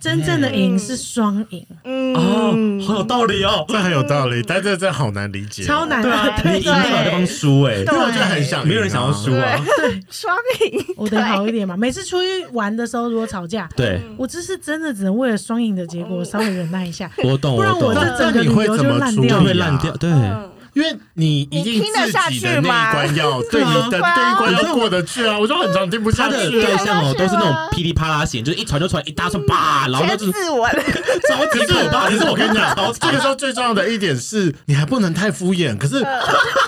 真正的赢是双赢，嗯嗯哦，好有道理哦。这很有道 理，但这这好难理解，超难对 啊，的。你赢不了对方输哎，因为我觉得很想赢啊，没有人想要输啊。双赢，我得好一点嘛。每次出去玩的时候，如果吵架，对，我这是真的只能为了双赢的结果稍微忍耐一 下，我懂，不然懂我，这整个旅游就烂哦那你掉就怎么处了。会理啊烂掉。对，因为你一定自己的那一 关要对听得下去你的吗对一关要过得去啊，我就很常听不他下的去对啊。象哦听得下去吗都是那种噼里啪啦型，就是一传就传一大串叭，然后全就是自我的，超级可是可怕。可是我跟你讲，超级这个时候最重要的一点是，你还不能太敷衍。可是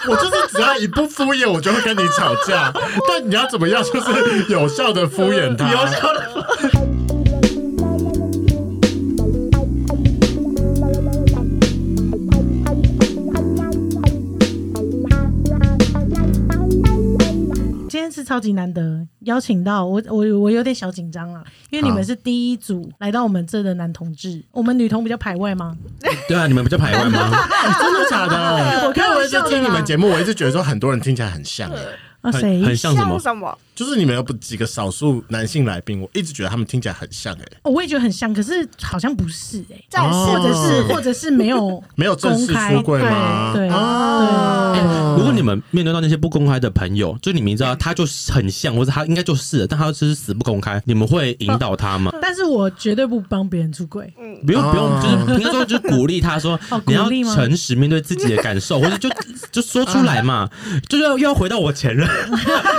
我就是只要一不敷衍，我就会跟你吵 架。但你要怎么样，就是有效的敷衍 他。有效的今天是超级难得邀请到我，我我有点小紧张了，因为你们是第一组来到我们这的男同志，我们女同比较排外吗？对啊，你们不就排外吗？真的假的？我开 我一呃玩直笑的听你们啦。节目，我一直觉得说很多人听起来很像，欸啊，谁很？很像什么像？什么？就是你们有不几个少数男性来宾，我一直觉得他们听起来很像哎、哦我也觉得很像，可是好像不是哎、战士哦或者是或者是没有 没有正式公开出柜吗？对对哦如果你们面对到那些不公开的朋友，就你明知道他就是很像，或者他应该就是了，但他就是死不公开，你们会引导他吗？但是我绝对不帮别人出轨。不用哦不用，就是应该说就是鼓励他说 哦，你要鼓励吗诚实面对自己的感受，或者就就说出 来嘛，就是要要回到我前任，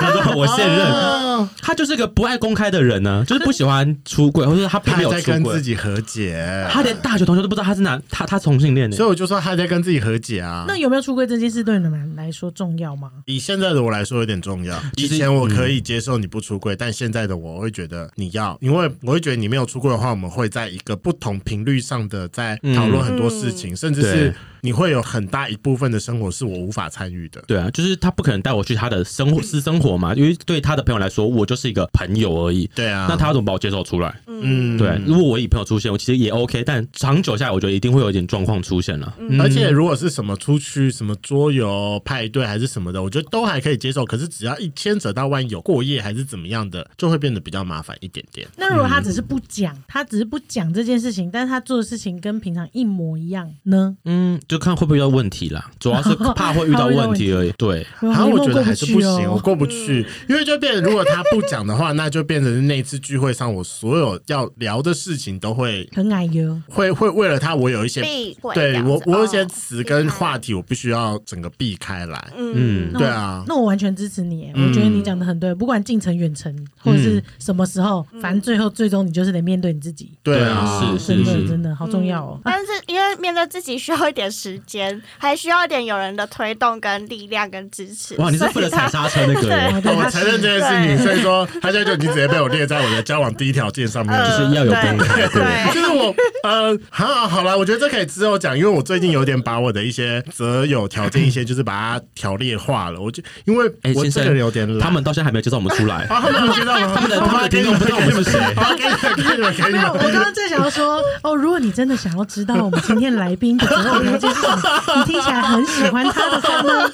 然后我现任，哦他就是个不爱公开的人呢，就是不喜欢出轨，或者是他并他没有还在出跟自轨，己和解，他连大学同学都不知道他是哪他他同性恋呢所。以我就说他在跟自己和解啊那。有没有出轨这件事对你们来说重要吗？以现在的我来说有点重要，其以实嗯前我可以接受你不出柜，但现在的我会觉得你要，因为我会觉得你没有出柜的话，我们会在一个不同频率上的在讨论很多事情，甚嗯至对是你会有很大一部分的生活是我无法参与的。对啊，就是他不可能带我去他的生活私生活嘛，因为对他的朋友来说，我就是一个朋友而已。对啊，那他要怎么把我介绍出来？嗯对，啊如果我以朋友出现，我其实也 OK，但长久下来，我觉得一定会有一点状况出现了。嗯而且如果是什么出去什么桌游派对还是什么的，我觉得都还可以接受。可是只要一牵扯到万一有过夜还是怎么样的，就会变得比较麻烦一点点。那如果他只是不讲，他只是不讲这件事情，但是他做的事情跟平常一模一样呢？嗯，就看会不会遇到问题啦，主要是怕会遇到问题而已。对，然啊，后我觉得还是不行，我哦。过不去，因为就变成如果他不讲的话，那就变成是那一次聚会上我所有要聊的事情都会很矮哟，会会为了他，我有一些避讳这对样子我我有一些哦词跟避开话题，我必须要整个避开来。嗯那，对啊那我完全支持你耶，我觉得你讲的很对，不管近程、远程，或者是什么时候，反正最后最终你就是得面对你自己，对啊，是真是的是，真的好重要哦。但是因为面对自己需要一点时间，还需要一点有人的推动、跟力量、跟支持。哇，你是所以负责踩他刹车那个人，对哦我他承认这件事情，所以说他现在就已经直接被我列在我的交往第一条线上面了。就是要有公开对对就是我呃，好好啦，我觉得这可以之后讲，因为我最近有点把我的一些择友条件一些，就是把它条列化了。我就因为哎，我先这个生，人有点懒，他们到现在还没有介绍我们出来，啊，他们知道吗？他们的好吧他们的听众不知道我们是谁好吧给你们，给你们，给你啊没有，我们，刚刚正想要说哦，如果你真的想要知道我们今天来宾的择偶条件是什么，你听起来很喜欢他的话呢，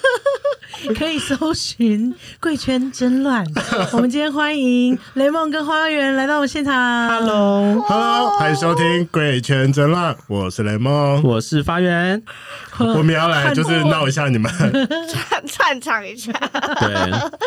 可以搜寻“贵圈真 乱”。我们今天欢迎雷梦跟花园来到我们现场。Hello， Hello，欢迎收听《鬼圈争乱》， 我是雷梦，我是发源。我们要来就是闹一下你们，串 串场一下，对，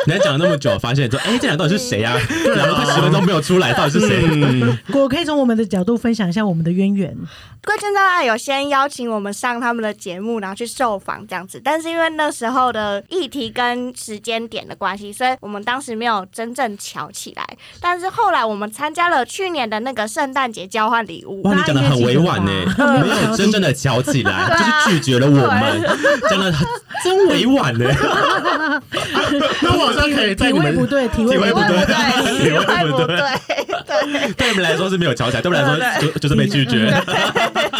人家讲了那么久，发现说，哎，这俩到底是谁啊？聊了快十分钟没有出来，到底是嗯谁？ 我可以从我们的角度分享一下我们的渊源。贵圈障碍有先邀请我们上他们的节目，然后去受访这样子，但是因为那时候的议题跟时间点的关系，所以我们当时没有真正瞧起来。但是后来我们参加了去年的那个圣诞节交换礼物，哇，你讲的很委婉呢、大家应嗯该记得吧没有真正的瞧起来，啊就是拒绝了我们，讲的真委婉 呢、那我好像可以在体你位们不对，体位体位不不对。对对，体位不不对对，对。对你们来说是没有瞧起来，对我们来说就就是被拒绝。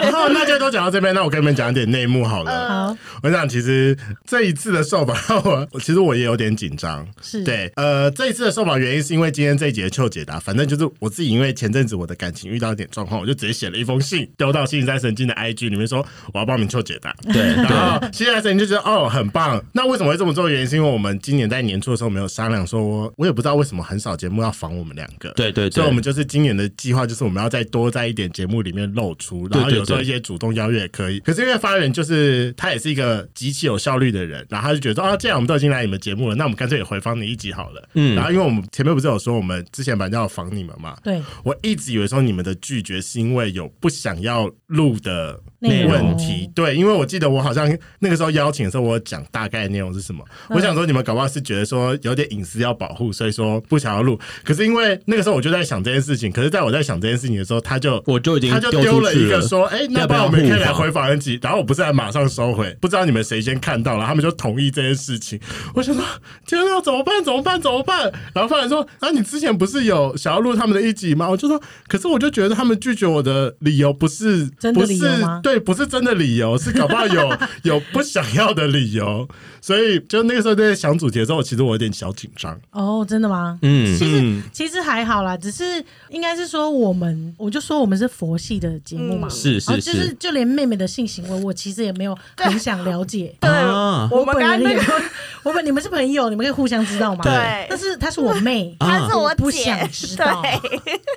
然后大家都讲到这边，那我跟你们讲一点内幕好呃了。好，我想，其实这一次的受访， 我我其实我也有点紧张。是对，呃，这一次的受访原因是因为今天这一节秋解答，反正就是我自己，因为前阵子我的感情遇到一点状况，我就直接写了一封信丢到新在神经的 IG 里面说我要报名秋解答。对然对，后新在神经就觉得哦很棒。那为什么会这么做？原因是因为我们今年在年初的时候没有商量说，我也不知道为什么很少节目要访我们两个。对对对所以我们就是今年的计划就是我们要再多在一点节目里面露出，然后对对有时候对一些主动邀约也可以。可是因为发源就是他也是一个极其有效率的人，然后他就觉得说，哦，既然我们都已经来你们节目了，那我们干脆也回访你一集好了。嗯然后因为我们前面不是有说我们之前本来要访你们嘛，对，我一直以为说你们的拒绝是因为有不想要录的内容问题，对，因为我记得我好像那个时候邀请的时候，我有讲大概内容是什么。嗯我想说你们搞不好是觉得说有点隐私要保护，所以说不想要录。可是因为那个时候我就在想这件事情，可是在我在想这件事情的时候，他就我就已经他就丢丢出了去一个了说，哎、那要不不然要我们也互可以来访回访一集。然后我不是还马上收回，不知道你们谁先看到，然后他们就同意这件事情。我想说，天啊，怎么办？怎么办？怎么办？然后发现说，啊，你之前不是有想要录他们的一集吗？我就说，可是我就觉得他们拒绝我的理由不是真的理由吗不是对，不是真的理由，是搞不好有有不想要的理由。所以就那个时候在想主题的时候，其实我有点小紧张。哦，真的吗？嗯其实嗯其实还好啦，只是应该是说我们，我就说我们是佛系的节目嘛，嗯是然后是就是是就连妹妹的性行为，我其实也没有很想了解。对，啊 我们本刚刚人那也个，我本你们是朋友，你们可以互相知道嘛。对啊但是她是我妹，她是我我不姐想知对道，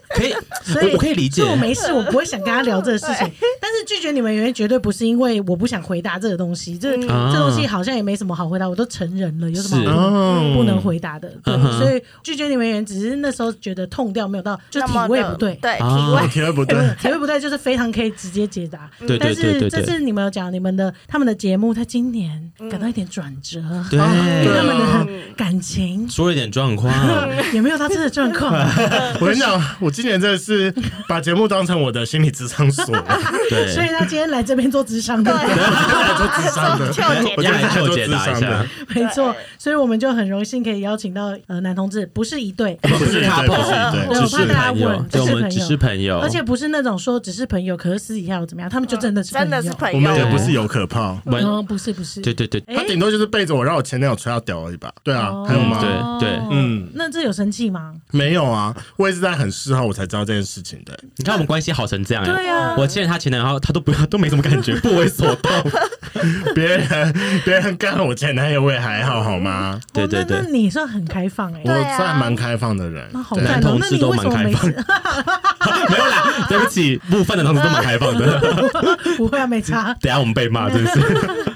可以，所以我我可以理解所。我没事，我不会想跟她聊这个事情。但是拒绝你们原因绝对不是因为我不想回答这个东西，这、嗯这东西好像也没什么好回答，我都成人了，有什么是好哦不能回答的？对嗯，哼所以拒绝你们原因只是那时候觉得痛掉没有到，就那体么位的不对。对啊体位我觉得不对， 体位不对，就是非常可以直接解答。对对对对但是这对次你们有讲你们的他们的节目，他今年嗯感到一点转折，对对哦他啊们的感情说了一点状 况，有没有到这个状况？我跟你讲，我今年真的是把节目当成我的心理智商所， 对，所以他今天来这边做智商的， 智商的对，就姐我我觉觉得来姐，得还秀做解智答一商下的，，没错。所以我们就很荣幸可以邀请到呃男同志，不是一对，不是 couple，对对只我怕是大家朋友问，对，我们只只是是朋友，而且不是那种说只是朋友，可是私底下又怎么样，他们就真的是嗯真的是友。朋我友，们也不是有可炮，完嗯，不是不是，对对对，哎他顶多就是背着我让我前男友吹到屌而已吧？对啊，哦还有吗？对对嗯那这有生气吗？没有啊，我也是在很事后我才知道这件事情的。你看我们关系好成这样，对啊哎，我见他前男友，他都不要，都没什么感觉，不为所 动，别人别人干我前男友我也还好好吗？对哦对那对那你算很开放哎我，算蛮开放的人，那好对赞男哦同。那志你都为什蛮么开没放事？ 没有啦，对不起，部分的同事都蛮开放 的，不会啊，没差。等一下我们被骂，真 的是，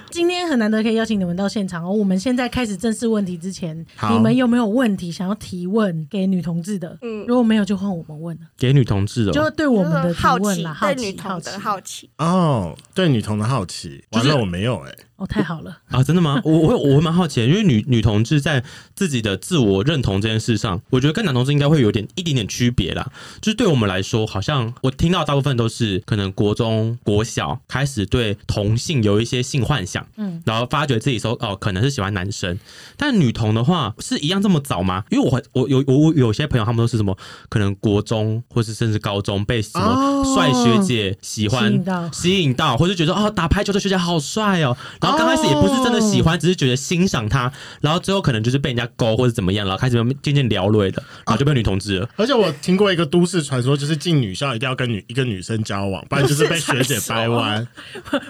今天很难得可以邀请你们到现场哦。我们现在开始正式问题之前，好你们有没有问题想要提问给女同志的？嗯如果没有，就换我们问了，给女同志就哦，对我们的提好问奇啦，，好对女奇，好同奇的。好奇，哦，对女童的好奇，完了我没有哎，哦，太好了，啊，真的吗？我我我蛮好奇的，因为女女同志在自己的自我认同这件事上，我觉得跟男同志应该会有点一点点区别啦。就是对我们来说，好像我听到大部分都是可能国中、国小开始对同性有一些性幻想，嗯嗯，然后发觉自己说哦，可能是喜欢男生。但女同的话是一样这么早吗？因为我我有我我有些朋友他们都是什么，可能国中或是甚至高中被什么哦帅学姐喜欢、吸引到吸引到，或是觉得哦打排球的学姐好帅哦，然后刚开始也不是真的喜欢，哦只是觉得欣赏他，然后最后可能就是被人家勾或者怎么样，然后开始渐渐聊累了，然后就变女同志了。而且我听过一个都市传说，就是进女校一定要跟女一个女生交往，不然就是被学姐掰弯，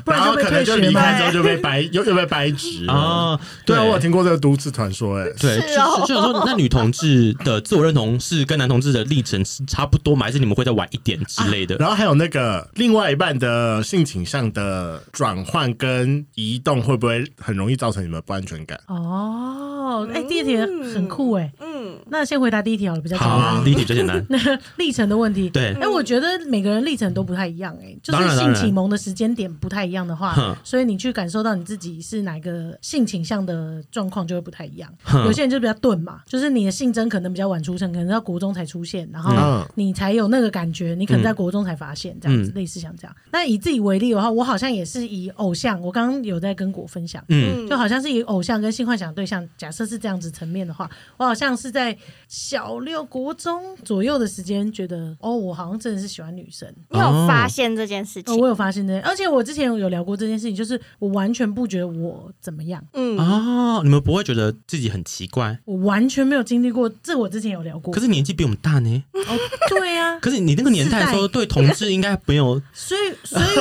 不然然后就被可能退就学离吗？开之后就被掰，又又被掰直了啊，对啊，我有听过这个都市传说、哎，对，是哦就就想说，那女同志的自我认同是跟男同志的历程是差不多吗？还是你们会再晚一点之类的？然后还有那个另外一半的性倾向的转换跟移动，会不会很容易造成你们不安全感？哦，哎，第二题很酷哎。嗯，那先回答第一题好了，比较简好啊，单。第一题比较简单。 那个历程的问题，对哎，我觉得每个人历程都不太一样，哎，就当是然性当然启蒙的时间点不太一样的话哼，所以你去感受到你自己是哪个性倾向的状况就会不太一样。哼有些人就比较钝嘛，就是你的性征可能比较晚出生，可能到国中才出现，然后嗯你才有那个感觉，你可能在国中才发现这样子，嗯类似像这样。那以自己为例的话，我好像也是以偶像，我刚刚有在跟果分享，嗯就好像是以偶像跟性幻想对象，假设是这样子层面的话，我好像是在在小六国中左右的时间，觉得哦，我好像真的是喜欢女生。你有发现这件事哦，情？我有发现这件，而且我之前有聊过这件事情，就是我完全不觉得我怎么样，嗯，哦，你们不会觉得自己很奇怪？我完全没有经历过，这我之前有聊过。可是年纪比我们大呢。嗯哦，对呀、可是你那个年代的时候，世对同志应该没 有所以，所以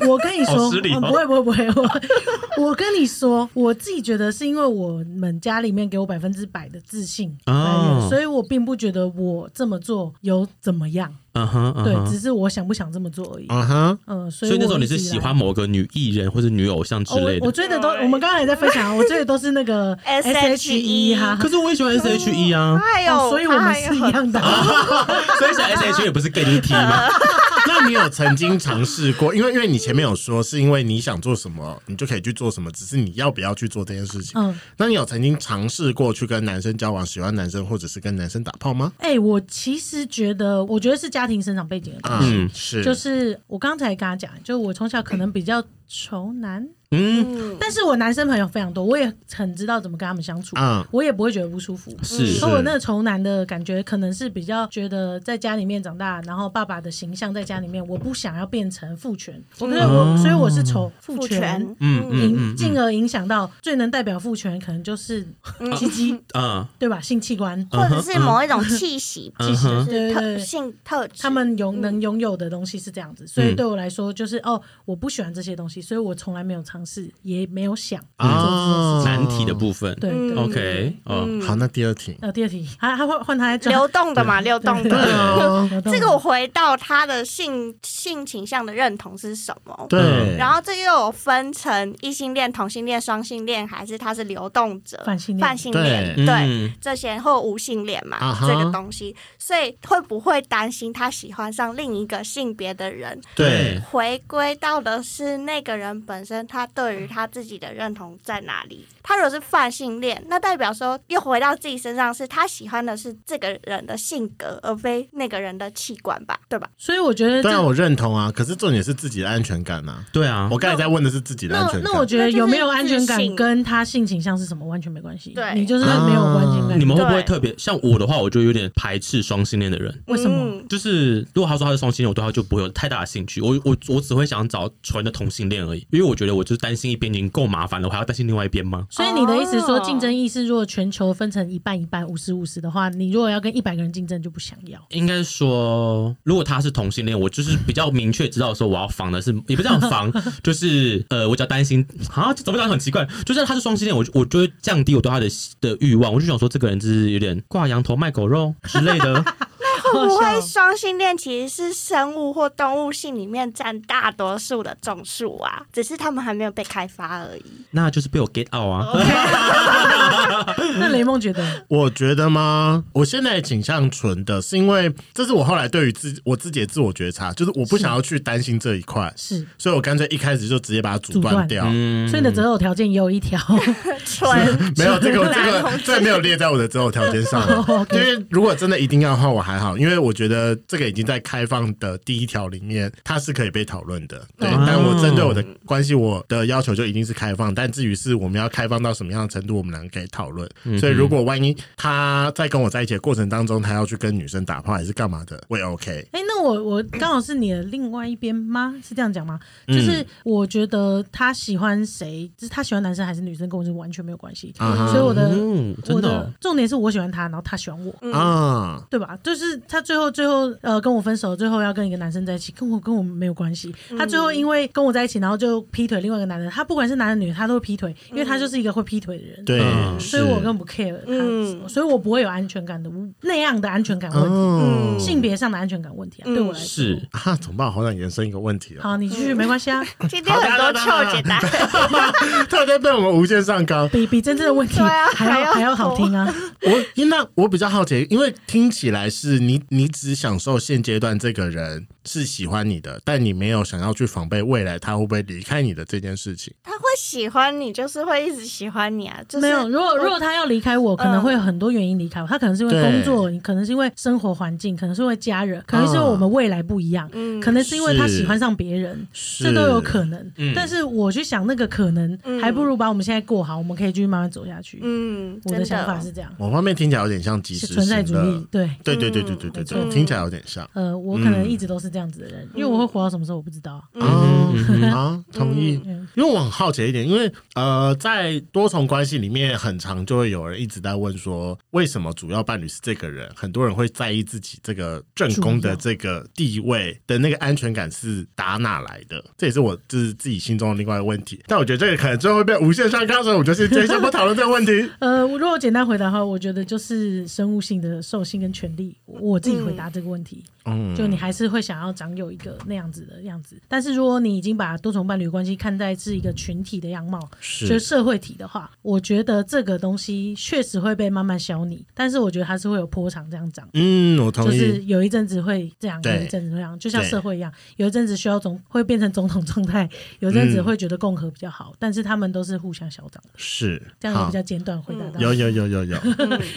我我跟你说，好失礼哦嗯不会不会不会， 我我跟你说，我自己觉得是因为我们家里面给我百分之百的自信来源，哦所以我并不觉得我这么做有怎么样，嗯哼嗯对，哼只。是我想不想这么做而已。啊哈，嗯，所所以以那时我候你一直是啊以喜来欢某个女艺人或者女偶像之哦类我我的。追的都，我们刚才也在分享啊，我追的都是那 个 SHE SHE 哈，可是我也喜欢 S H E 啊，还 E 有，哦所以我们还是有一样 的。 所以是 S H E 也不是 gay 你 T 吗？那你有曾经尝试过？因为因为你前面有说，是因为你想做什么，你就可以去做什么，只是你要不要去做这件事情。嗯，那你有曾经尝试过去跟男生交往，喜欢男生，或者是跟男生打炮吗？哎、我其实觉得，我觉得是家庭生长背景的关系。嗯嗯，是，就是我刚才跟他讲，就我从小可能比较愁男，嗯，嗯但是我男生朋友非常多，我也很知道怎么跟他们相处，嗯我也不会觉得不舒服。嗯是所以我那个愁男的感觉，可能是比较觉得在家里面长大，然后爸爸的形象在家里面，我不想要变成父权，我所以我所以我是愁父父权权，，嗯嗯影进而影响到最能代表父权，可能就是鸡 鸡，嗯对吧？性器官，或者是某一种气息，嗯其实哼是对对特对性特质。他们拥能拥有的东西是这样子，所嗯以对我来说就是哦，我不喜欢这些东西，所以我从来没有尝试，也没有想做啊这件事情。嗯难题的部分。对对嗯对 OK，哦，好，那第二题，呃，第二题，还还换换他来转流动的嘛，流动对的。嗯啊，流动 这个我回到他的性性倾向的认同是什么？对，然后这又有分成异性恋、同性恋、双性恋，还是他是流动者、反性恋泛性恋？嗯对，这些或无性恋嘛，啊哈这个东西，所以会不会担心他喜欢上另一个性别的人？对，回归到的是那个人本身，他对于他自己的认同在哪里？他如果是泛性恋，那代表说又回到自己身上，是他喜欢的是这个人的性格，而非那个人的器官吧，对吧？所以我觉得当然这。我认同啊，可是重点是自己的安全感呐。对啊我，刚才在问的是自己的那安全那我感。觉得有没有安全那就感是跟他性倾向是什么完全没关系，对你就是没有关系感。啊你们会不会对特别像我的话，我就有点排斥双性恋的人。为什么嗯就是如果他说他是双性恋，我对他就不会有太大的兴趣。我我我只会想找纯的同性恋而已，因为我觉得我就是担心一边已经够麻烦了，我还要担心另外一边吗？所以你的意思说，哦竞争意识如果全球分成一半一半，五十五十的话，你如果要跟一百个人竞争，就不想要。应该说，如果他是同性恋，我就是比较明确知道说我要防的是，也不是这样防，就是呃，我只要担心啊，这怎么讲很奇怪，就是他是双性恋，我就我就会降低我对他的的欲望，我就想说这个人就是有点挂羊头卖狗肉之类的。 会不好笑会哦双性恋其实是生物或动物性里面占大多数的种数啊？只是他们还没有被开发而已。那就是被我 get out 啊。哦那雷梦觉得，我觉得吗？我现在倾向纯的，是因为这是我后来对于自我自己的自我觉察，就是我不想要去担心这一块，是所以我干脆一开始就直接把它阻断掉。嗯所以你的择偶条件也有一条， 纯 没有这个，这男个同志这个没有列在我的择偶条件上了因为如果真的一定要的话，我还好，因为我觉得这个已经在开放的第一条里面，它是可以被讨论的。对，哦但我针对我的关系，我的要求就一定是开放，但至于是我们要开放到什么样的程度，我们两个可以讨论。所以如果万一他在跟我在一起的过程当中，他要去跟女生打炮还是干嘛的，我也 OK。哎、那我我刚好是你的另外一边吗？是这样讲吗？嗯就是我觉得他喜欢谁，就是他喜欢男生还是女生，跟我是完全没有关系。啊哈所以我的、嗯真我的的哦重点是我喜欢他，然后他喜欢我，啊，对吧？就是他最后最后呃跟我分手，最后要跟一个男生在一起，跟我跟我没有关系。他最后嗯因为跟我在一起，然后就劈腿另外一个男的，他不管是男的女的，他都会劈腿，因为他就是一个会劈腿的人。对，嗯所以我根本不 care 他嗯是什么，所以我不会有安全感的那样的安全感问题，嗯性别上的安全感问题嗯啊，对我来说。是啊，怎么办？我好想延伸一个问题哦，好，你继续没关系啊，今天很多臭解答， 突然间被我们无限上纲。比比真正的问题对啊还要、还要还要好听啊。我那我比较好奇，因为听起来是你你只享受现阶段这个人是喜欢你的，但你没有想要去防备未来他会不会离开你的这件事情。他会喜欢你，就是会一直喜欢你啊。就是没有，如果我嗯如果他要离开我，可能会有很多原因离开我。他可能是因为对嗯工作，可能是因为生活环境，可能是因为家人，可能是因为我们未来不一样，嗯可能是因为他是喜欢上别人，是这都有可能嗯。但是我去想那个可能，嗯还不如把我们现在过好，我们可以继续慢慢走下去。嗯，我真的想法是这样，某方面听起来有点像及是时存在行主乐义。，对，对对对对对对嗯对，没错听起来有点像。呃，我可嗯能一直都是这样子的人，因嗯为我会活到什么时候我不知道啊。啊嗯嗯嗯啊，同意。嗯因为我很好奇一点，因为呃，在多重关系里面，很常就会有人一直在问说，为什么主要伴侣是这个人？很多人会在意自己这个正宫的这个地位的那个安全感是打哪来的？这也是我就是自己心中的另外一个问题。但我觉得这个可能最后会被无限上纲，所以我们就是先先不讨论这个 问题。呃，我如果简单回答的话，我觉得就是生物性的兽性跟权利，我我自己回答这个问题。嗯，就你还是会想要长有一个那样子的样子。但是如果你已经把多重伴侣关系看待是一个群体的样貌，就是是社会体的话，我觉得这个东西确实会被慢慢消弭，但是我觉得它是会有波长这样长。嗯，我同就意。是有一阵子会这样，对有一阵子会这样，就像对社会一样，有一阵子需要总会变成总统状态，有一阵子嗯会觉得共和比较好，但是他们都是互相消长的，是这样也好比较简短回答到。嗯有有有 有有，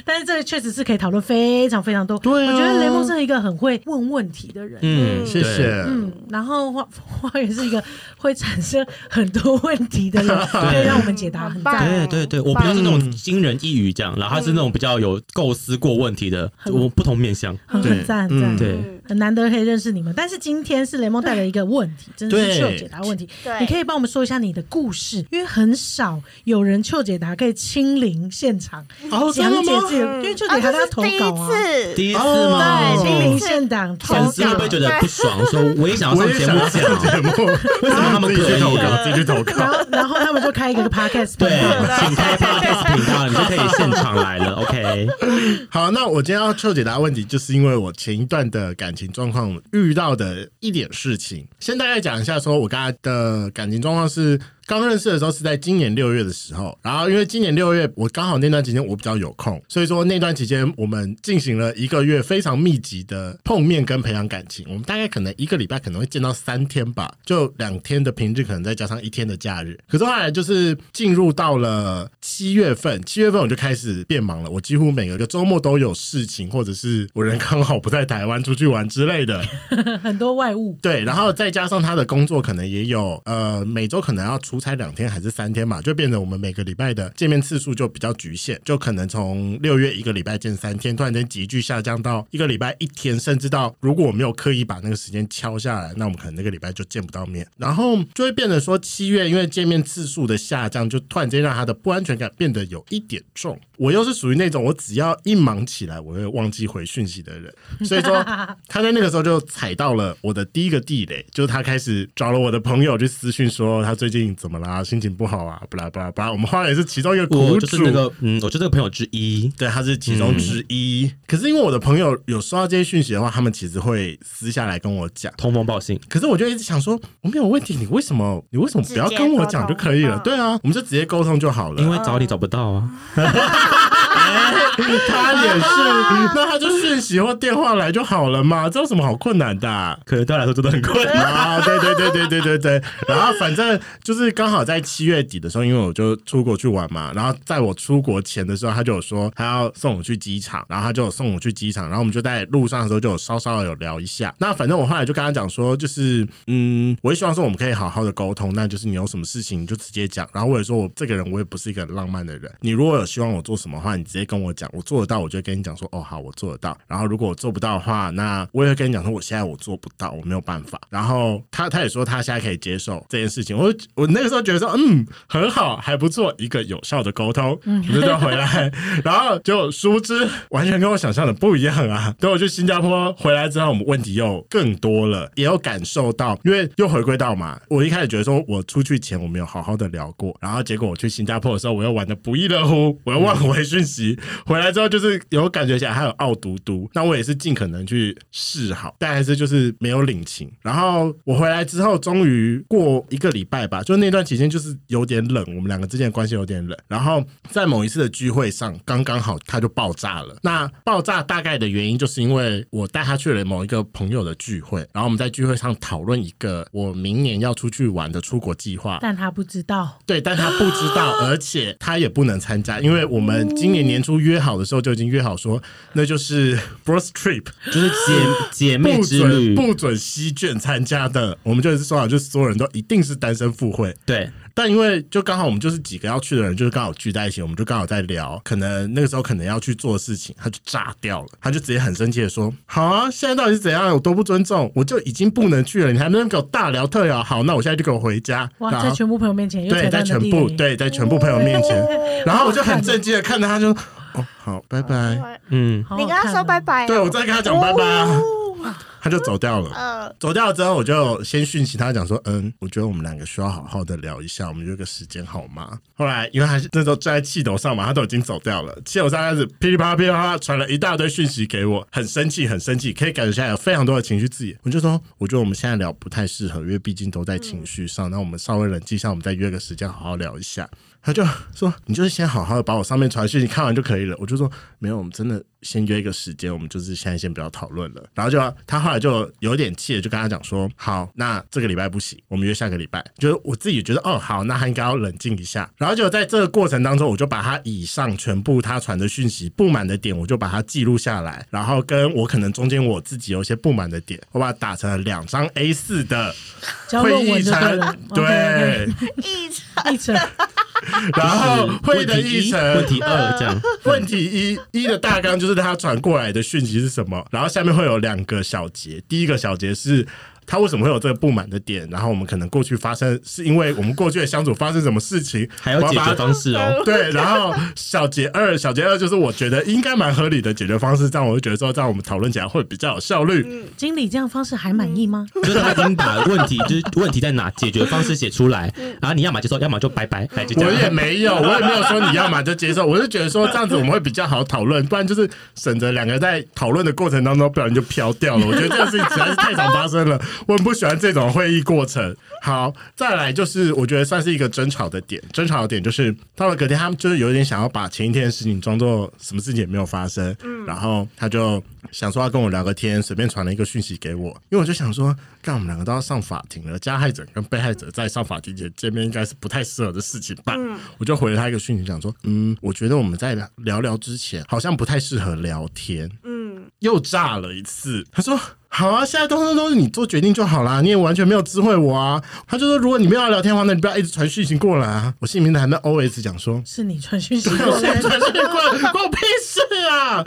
但是这个确实是可以讨论非常非常多。对啊我觉得雷蒙是一个很会问问题的人，嗯，谢谢。嗯，然后花花园是一个会产生很多问题的 人，可以让我们解答很棒大。对对对，我不就是那种惊人一语这样，然后他是那种比较有构思过问题的，很我不同面向。很对很赞很赞，嗯对，嗯很难得可以认识你们。但是今天是雷蒙带了一个问题，真的是对秀解答问题，对你可以帮我们说一下你的故事，因为很少有人秀解答可以亲临现场哦，真讲的解吗？自己的，因为秀解答都要投稿啊。这是啊第第一一次，次啊吗？对，哦亲第一临次现场投粉丝会稿不会，觉得不爽？说我也想要我上也节想目要讲，上节目， 为什么他们自己可去以投？稿，自己去投稿。然后然后他们就开一个 podcast， 对，频道请开 podcast 频道，你就可以现场来 了。OK，好，那我今天要求解答的问题，就是因为我前一段的感情状况遇到的一点事情。先大概讲一下，说我刚才的感情状况是刚认识的时候是在今年六月的时候，然后因为今年六月我刚好那段期间我比较有空，所以说那段期间我们进行了一个月非常密集的碰面跟培养感情。我们大概可能一个礼拜可能会见到三天吧，就两天的平日，可能再加上一天的假日。可是后来就是进入到了七月份，七月份我就开始变忙了，我几乎每个周末都有事情，或者是我人刚好不在台湾出去玩之类的。很多外物。对，然后再加上他的工作可能也有，呃，每周可能要出差两天还是三天嘛，就变成我们每个礼拜的见面次数就比较局限，就可能从六月一个礼拜见三天，突然间急剧下降到一个礼拜一天，甚至到如果我没有刻意把那个时间敲下来，那我们可能那个礼拜就见不到面，然后就会变成说七月因为见面次数的下降，就突然间让他的不安全感变得有一点重。我又是属于那种我只要一忙起来，我会忘记回讯 息的人，所以说他在那个时候就踩到了我的第一个地雷，就是他开始找了我的朋友去私讯说他最近怎么啦，心情不好啊，不啦不啦不啦。我们后来也是其中一个我苦就是主。那个，嗯，我就是那个朋友之一。对，他是其中之一。可是因为我的朋友有收到这些讯息的话，他们其实会私下来跟我讲。通风报信，可是我就一直想说，我没有问题，你为什么你为什么不要跟我讲就可以了？直接沟通对啊，我们就直接沟通就好了。因为找你找不到啊。 他 也啊是，那他就讯息或电话来就好了嘛，这有什么好困难的啊、可能对我来说真的很困难。啊，对对对对对对对，然后反正就是刚好在七月底的时候，因为我就出国去玩嘛，然后在我出国前的时候，他就有说他要送我去机场，然后他就有送我去机场，然后我们就在路上的时候就有稍稍的有聊一下。那反正我后来就跟他讲说，就是嗯，我也希望说我们可以好好的沟通，那就是你有什么事情你就直接讲，然后我也说我这个人我也不是一个很浪漫的人，你如果有希望我做什么的话，你直接跟我讲，我做得到我就跟你讲说哦好我做得到，然后如果我做不到的话，那我也会跟你讲说我现在我做不到，我没有办法。然后他他也说他现在可以接受这件事情，我就我那个时候觉得说嗯很好，还不错，一个有效的沟通， 我就再回来，然后就殊不知完全跟我想象的不一样啊。等我去新加坡回来之后，我们问题又更多了，也有感受到，因为又回归到嘛，我一开始觉得说我出去前我没有好好的聊过，然后结果我去新加坡的时候，我又玩的不亦乐乎，我又忘了回讯息，西。回来之后就是有感觉起来，还有傲嘟嘟，那我也是尽可能去试好，但还是就是没有领情。然后我回来之后，终于过一个礼拜吧，就那段期间就是有点冷，我们两个之间的关系有点冷。然后在某一次的聚会上，刚刚好他就爆炸了。那爆炸大概的原因就是因为我带他去了某一个朋友的聚会，然后我们在聚会上讨论一个我明年要出去玩的出国计划，但他不知道，对，但他不知道，而且他也不能参加，因为我们今年年初约好的时候就已经约好说，那就是 bros trip， 就是姐姐妹不之准旅，不准吸卷参加的。我们就是说好，就是所有人都一定是单身赴会。对，但因为就刚好我们就是几个要去的人，就是刚好聚在一起，我们就刚好在聊，可能那个时候可能要去做的事情，他就炸掉了，他就直接很生气的说：“好啊，现在到底是怎样？有多不尊重？我就已经不能去了，你还在那边给我大聊特聊？好，那我现在就给我回家。”哇，然在后全部朋友面前又对，扯在到全了地部雷，对，在全部朋友 面前，然后我就很震惊的看着他就，哦，好，拜拜。嗯，好好看哦，你跟他说拜拜哦，对，我在跟他讲拜拜啊，他就走掉了。呃，走掉了之后，我就先讯息他讲说，嗯，我觉得我们两个需要好好的聊一下，我们约个时间好吗？后来因为他那时候站在气头上嘛，他都已经走掉了，气头上开始噼里啪啦噼里啪啦传了一大堆讯息给我，很生气，很生气，可以感觉下来有非常多的情绪字眼。我就说，我觉得我们现在聊不太适合，因为毕竟都在情绪上，那我们稍微冷静一下，我们再约个时间好好聊一下。他就说：“你就是先好好的把我上面传的讯息看完就可以了。”我就说：“没有，我们真的先约一个时间，我们就是现在先不要讨论了。”然后就他后来就有点气了，就跟他讲说：“好，那这个礼拜不行，我们约下个礼拜。”就是我自己觉得哦，好，那他应该要冷静一下。然后就在这个过程当中，我就把他以上全部他传的讯息不满的点，我就把它记录下来，然后跟我可能中间我自己有一些不满的点，我把它打成了两张 A 四的交会论议文就材对了，，对。一直，OK，OK，一直然后会议的问题议一，程问题二 这样，问题一一的大纲就是他传过来的讯息是什么，然后下面会有两个小节，第一个小节是。他为什么会有这个不满的点？然后我们可能过去发生，是因为我们过去的相处发生什么事情？还有我要解把它决方式哦。 对，然后小节二，小节二就是我觉得应该蛮合理的解决方式，这样我就觉得说，这样我们讨论起来会比较有效率。经理这样方式还满意吗？嗯就是他已经把 问题，就是问题在哪，解决方式写出来，然后你要么接受，要么就拜拜，哎，就这我也样。没有，我也没有说你要嘛就接受，我是觉得说这样子我们会比较好讨论，不然就是省着两个在讨论的过程当中，不然就飘 掉了。我觉得这个事情实在是太常发生了，我很不喜欢这种会议过程。好，再来就是我觉得算是一个争吵的点，争吵的点就是到了隔天，他们就是有点想要把前一天的事情装作什么事情也没有发生，然后他就想说要跟我聊个天，随便传了一个讯息给我，因为我就想说，干我们两个都要上法庭了，加害者跟被害者在上法庭前见面应该是不太适合的事情吧。我就回了他一个讯息，讲说，嗯，我觉得我们在聊聊之前好像不太适合聊天，嗯，又炸了一次。他说。好啊，现在都是都是你做决定就好啦，你也完全没有知会我啊。他就说，如果你没有要聊天的话，那你不要一直传讯息过来啊。我心里面还在 OS 讲说，是你传讯息有 过谁来，传讯关关我屁事啊！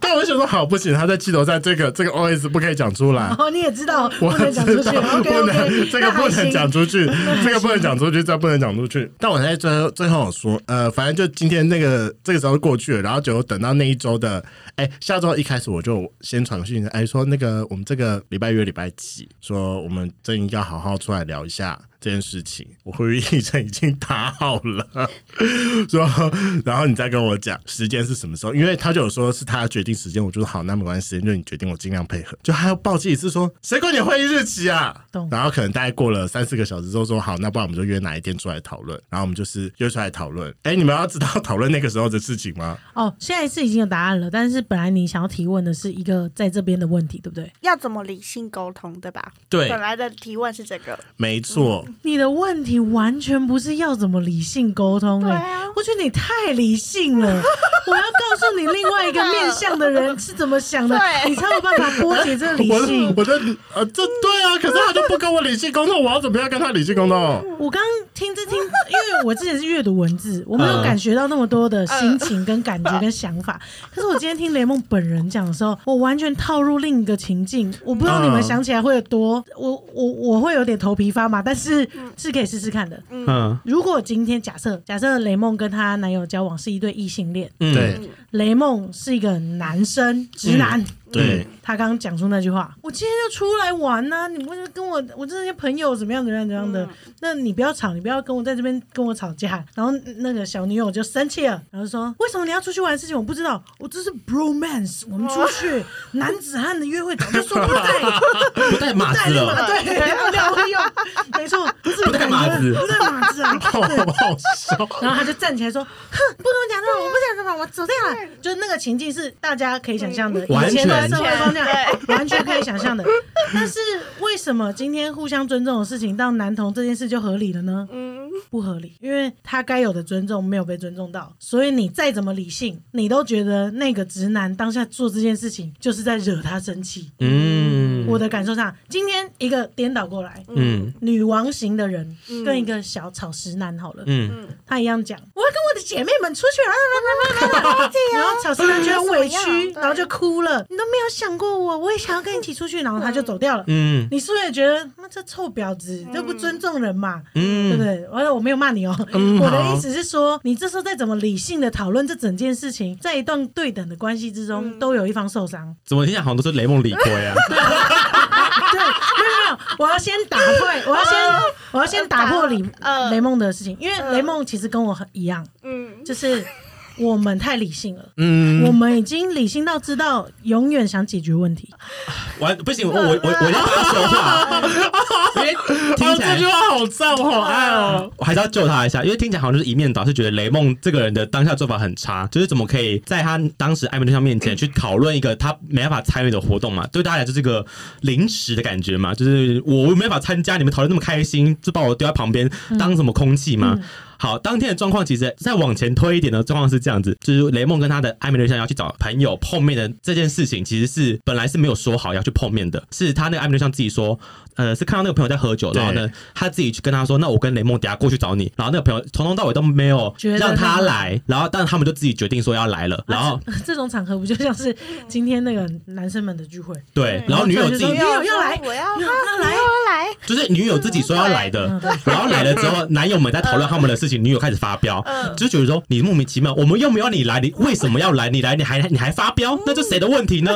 但我就想说，好不行，他在气头上，这个这个 OS 不可以讲出来然。哦后你也知道我不能讲出知去道，OK 不能 OK，这个不能讲出去，这个不能讲出去，这不能讲出去。但我在最后最后有说，呃，反正就今天那个这个时候过去了，然后就等到那一周的，哎、下周一开始我就先传个讯息，哎、说那个我们这个礼拜约礼拜几，说我们真应该好好出来聊一下这件事情。我会议议程已经打好了。说， 然后你再跟我讲时间是什么时候，因为他就有说是他决定时间，我就说好，那没关系，时间就你决定，我尽量配合。就还要暴击一次说，谁管你会议日期啊懂？然后可能大概过了三四个小时之后说好，那不然我们就约哪一天出来讨论，然后我们就是约出来讨论。 哎，你们要知道讨论那个时候的事情吗？哦，现在是已经有答案了，但是本来你想要提问的是一个在这边的问题，对不对？要怎么理性沟通，对吧？对本来的提问是这个，没错，你的问题完全不是要怎么理性沟通、欸，对啊我觉得你太理性 了。我要告诉你，另外一个面向的人是怎么想的，对你才有办法 波及这个理我性。我的呃，这对啊，可是他就不跟我理性沟通，我要怎么样跟他理性沟通？我刚听这听， 因为我之前是阅读文字，我没有嗯感觉到那么多的心情、跟感觉、跟想法。可是我今天听雷梦本人讲的时候，我完全套入另一个情境。我不知道你们想起来会有多，我我我会有点头皮发麻，但是是可以试试看的。嗯如果今天假设假设雷梦跟她男友交往是一对异性恋，嗯，对，雷梦是一个男生直男，对，他刚刚讲出那句话，我今天就出来玩呐、你们跟我我这些朋友怎么样怎么样怎么样的，那你不要吵，你不要跟我在这边跟我吵架。然后那个小女友就生气了，然后说为什么你要出去玩的事情我不知道，我这是 bromance，我们出去、 男子汉的约会，早就说不带。 嗯不带码带子了嘛，了，对，要两会用，没错，这种带感马觉子不带马子 啊，好对。好笑。然后他就站起来说：“哼，不跟我讲这种，我不想讲这种，我走掉了。”就是那个情境是大家可以想象的，完以前的全社会风量完全可以想象的。但是为什么今天互相尊重的事情到男童这件事就合理了呢？嗯，不合理，因为他该有的尊重没有被尊重到，所以你再怎么理性，你都觉得那个直男当下做这件事情就是在惹他生气。嗯，我的感受上，今天一个颠倒过来，嗯女王型的人跟一个小草食男好了，嗯，他一样讲，我要跟我的姐妹们出去玩，然后草食男觉得委屈，然后就哭了，你都没有想过我，我也想要跟你一起出去，然后他就走掉了。嗯你是不是也觉得，妈这臭婊子，这不尊重人嘛？对不嗯，对？而且我没有骂你哦，我的意思是说，你这时候再怎么理性的讨论这整件事情，在一段对等的关系之中，都有一方受伤。怎么听起来好像都是雷蒙理亏 啊？对，没有没有，我要先打破，我要先我要先打破李呃雷梦的事情，因为雷梦其实跟我很一样，嗯，就是我们太理性了，嗯，我们已经理性到知道永远想解决问题，完不行，我我我我要说 话，因为听哦，起这来句话好赞，我好爱 哦。我还是要救他一下，因为听起来好像就是一面倒，是觉得雷梦这个人的当下做法很差，就是怎么可以在他当时暧昧对象面前去讨论一个他没办法参与的活动嘛？对大家来就是个临时的感觉嘛，就是我没办法参加，你们讨论那么开心，就把我丢在旁边当什么空气嘛？好，当天的状况其实再往前推一点的状况是这样子，就是雷梦跟他的暧昧对象要去找朋友碰面的这件事情，其实是本来是没有说好要去碰面的，是他那个暧昧对象自己说，呃，是看到那个朋友在喝酒，然后呢，他自己去跟他说，那我跟雷梦等下过去找你，然后那个朋友从头到尾都没有觉得让他他来，然后但他们就自己决定说要来了，然后啊这这种场合不就像是今天那个男生们的聚会，对，然后女友自己对要要来我要要要来我要来，就是女友自己说要来的，然后来了之后，男友们在讨论他们的事情，女友开始发飙，就觉得说你莫名其妙，我们又没有你来，你为什么要来？你来你还你还发飙，那就谁的问题呢？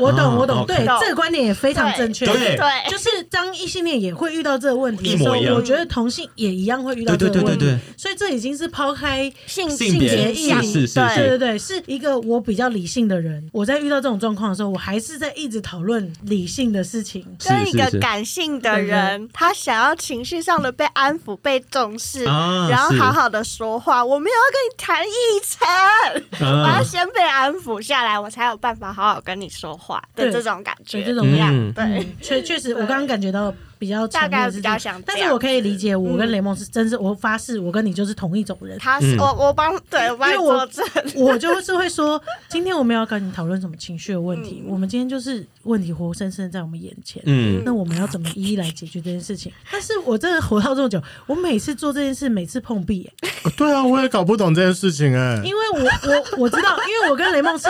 我懂哦我懂， OK 对这个观点也非常正确。对对，就是当异性恋也会遇到这个问题的一时候模一，样我觉得同性也一样会遇到这对个对问对题对对，所以这已经是抛开性性别别倾向是是是对对对对，是一个我比较理性的人。我在遇到这种状况的时候，我还是在一直讨论理性的事情。跟是一是个是感性的嗯人，他想要情绪上的被安抚、被重视，啊然后是好好的说话。我没有要跟你谈议程，我要嗯先被安抚下来，我才有办法好好跟你说话的对这种感所觉。以这种一感样嗯对，嗯确确实，我对刚刚感觉到比较强烈的是这大概比较个想这但样嗯是我可以理解，我跟雷蒙是真是，我发誓，我跟你就是同一种人。他是嗯我，我帮，对我帮你因为我作证。 我就是会说，今天我们要跟你讨论什么情绪的问题，嗯我们今天就是问题活生生在我们眼前。嗯，那我们要怎么一一来解决这件事情？但是我真的活到这么久，我每次做这件事，每次碰壁、欸对啊，我也搞不懂这件事情哎。因为我我我知道，因为我跟雷梦是，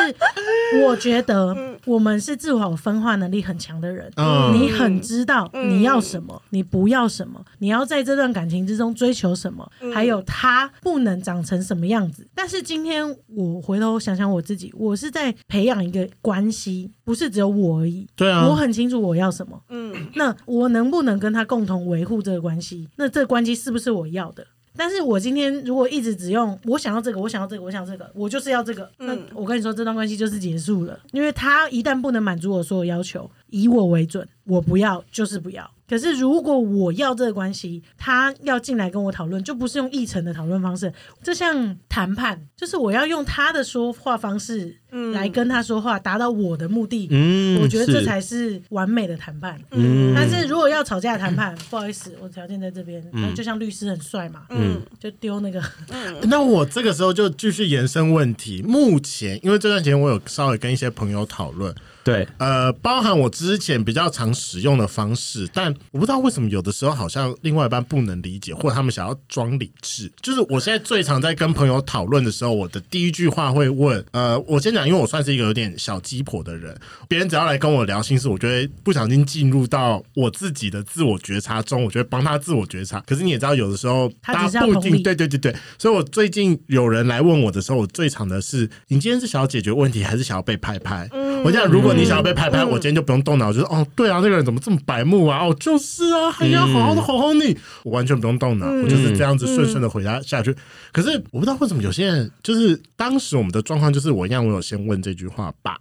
我觉得我们是自我分化能力很强的人，嗯你很知道你要什么，你不要什么，你要在这段感情之中追求什么，还有他不能长成什么样子。但是今天我回头想想我自己，我是在培养一个关系，不是只有我而已。对啊我很清楚我要什么，嗯，那我能不能跟他共同维护这个关系？那这个关系是不是我要的？但是我今天如果一直只用我想要这个，我想要这个，我想要这个，我就是要这个，那嗯我跟你说，这段关系就是结束了。因为他一旦不能满足我所有要求，以我为准，我不要就是不要。可是如果我要这个关系，他要进来跟我讨论，就不是用议程的讨论方式，这像谈判，就是我要用他的说话方式嗯来跟他说话，达到我的目的。嗯我觉得这是才是完美的谈判。嗯但是如果要吵架谈嗯判，不好意思，我条件在这边。嗯就像律师很帅嘛，嗯就丢那个， 那我这个时候就继续延伸问题。目前，因为这段时间我有稍微跟一些朋友讨论，对，呃，包含我之前比较常使用的方式，但我不知道为什么有的时候好像另外一半不能理解，或者他们想要装理智。就是我现在最常在跟朋友讨论的时候，我的第一句话会问，呃，我先讲，因为我算是一个有点小鸡婆的人，别人只要来跟我聊心事，我就会不小心进入到我自己的自我觉察中，我就会帮他自我觉察。可是你也知道，有的时候他大只是家要不一同定理对。对对对对，所以我最近有人来问我的时候，我最常的是，你今天是想要解决问题，还是想要被拍拍？我讲，如果果你想要被拍拍，我今天就不用动脑，就是哦，对啊，那个人怎么这么白目啊？哦，就是啊，还要好好的哄哄你，我完全不用动脑，我就是这样子顺顺的回答下去。可是我不知道为什么有些人，就是当时我们的状况就是我一样，我有先问这句话，but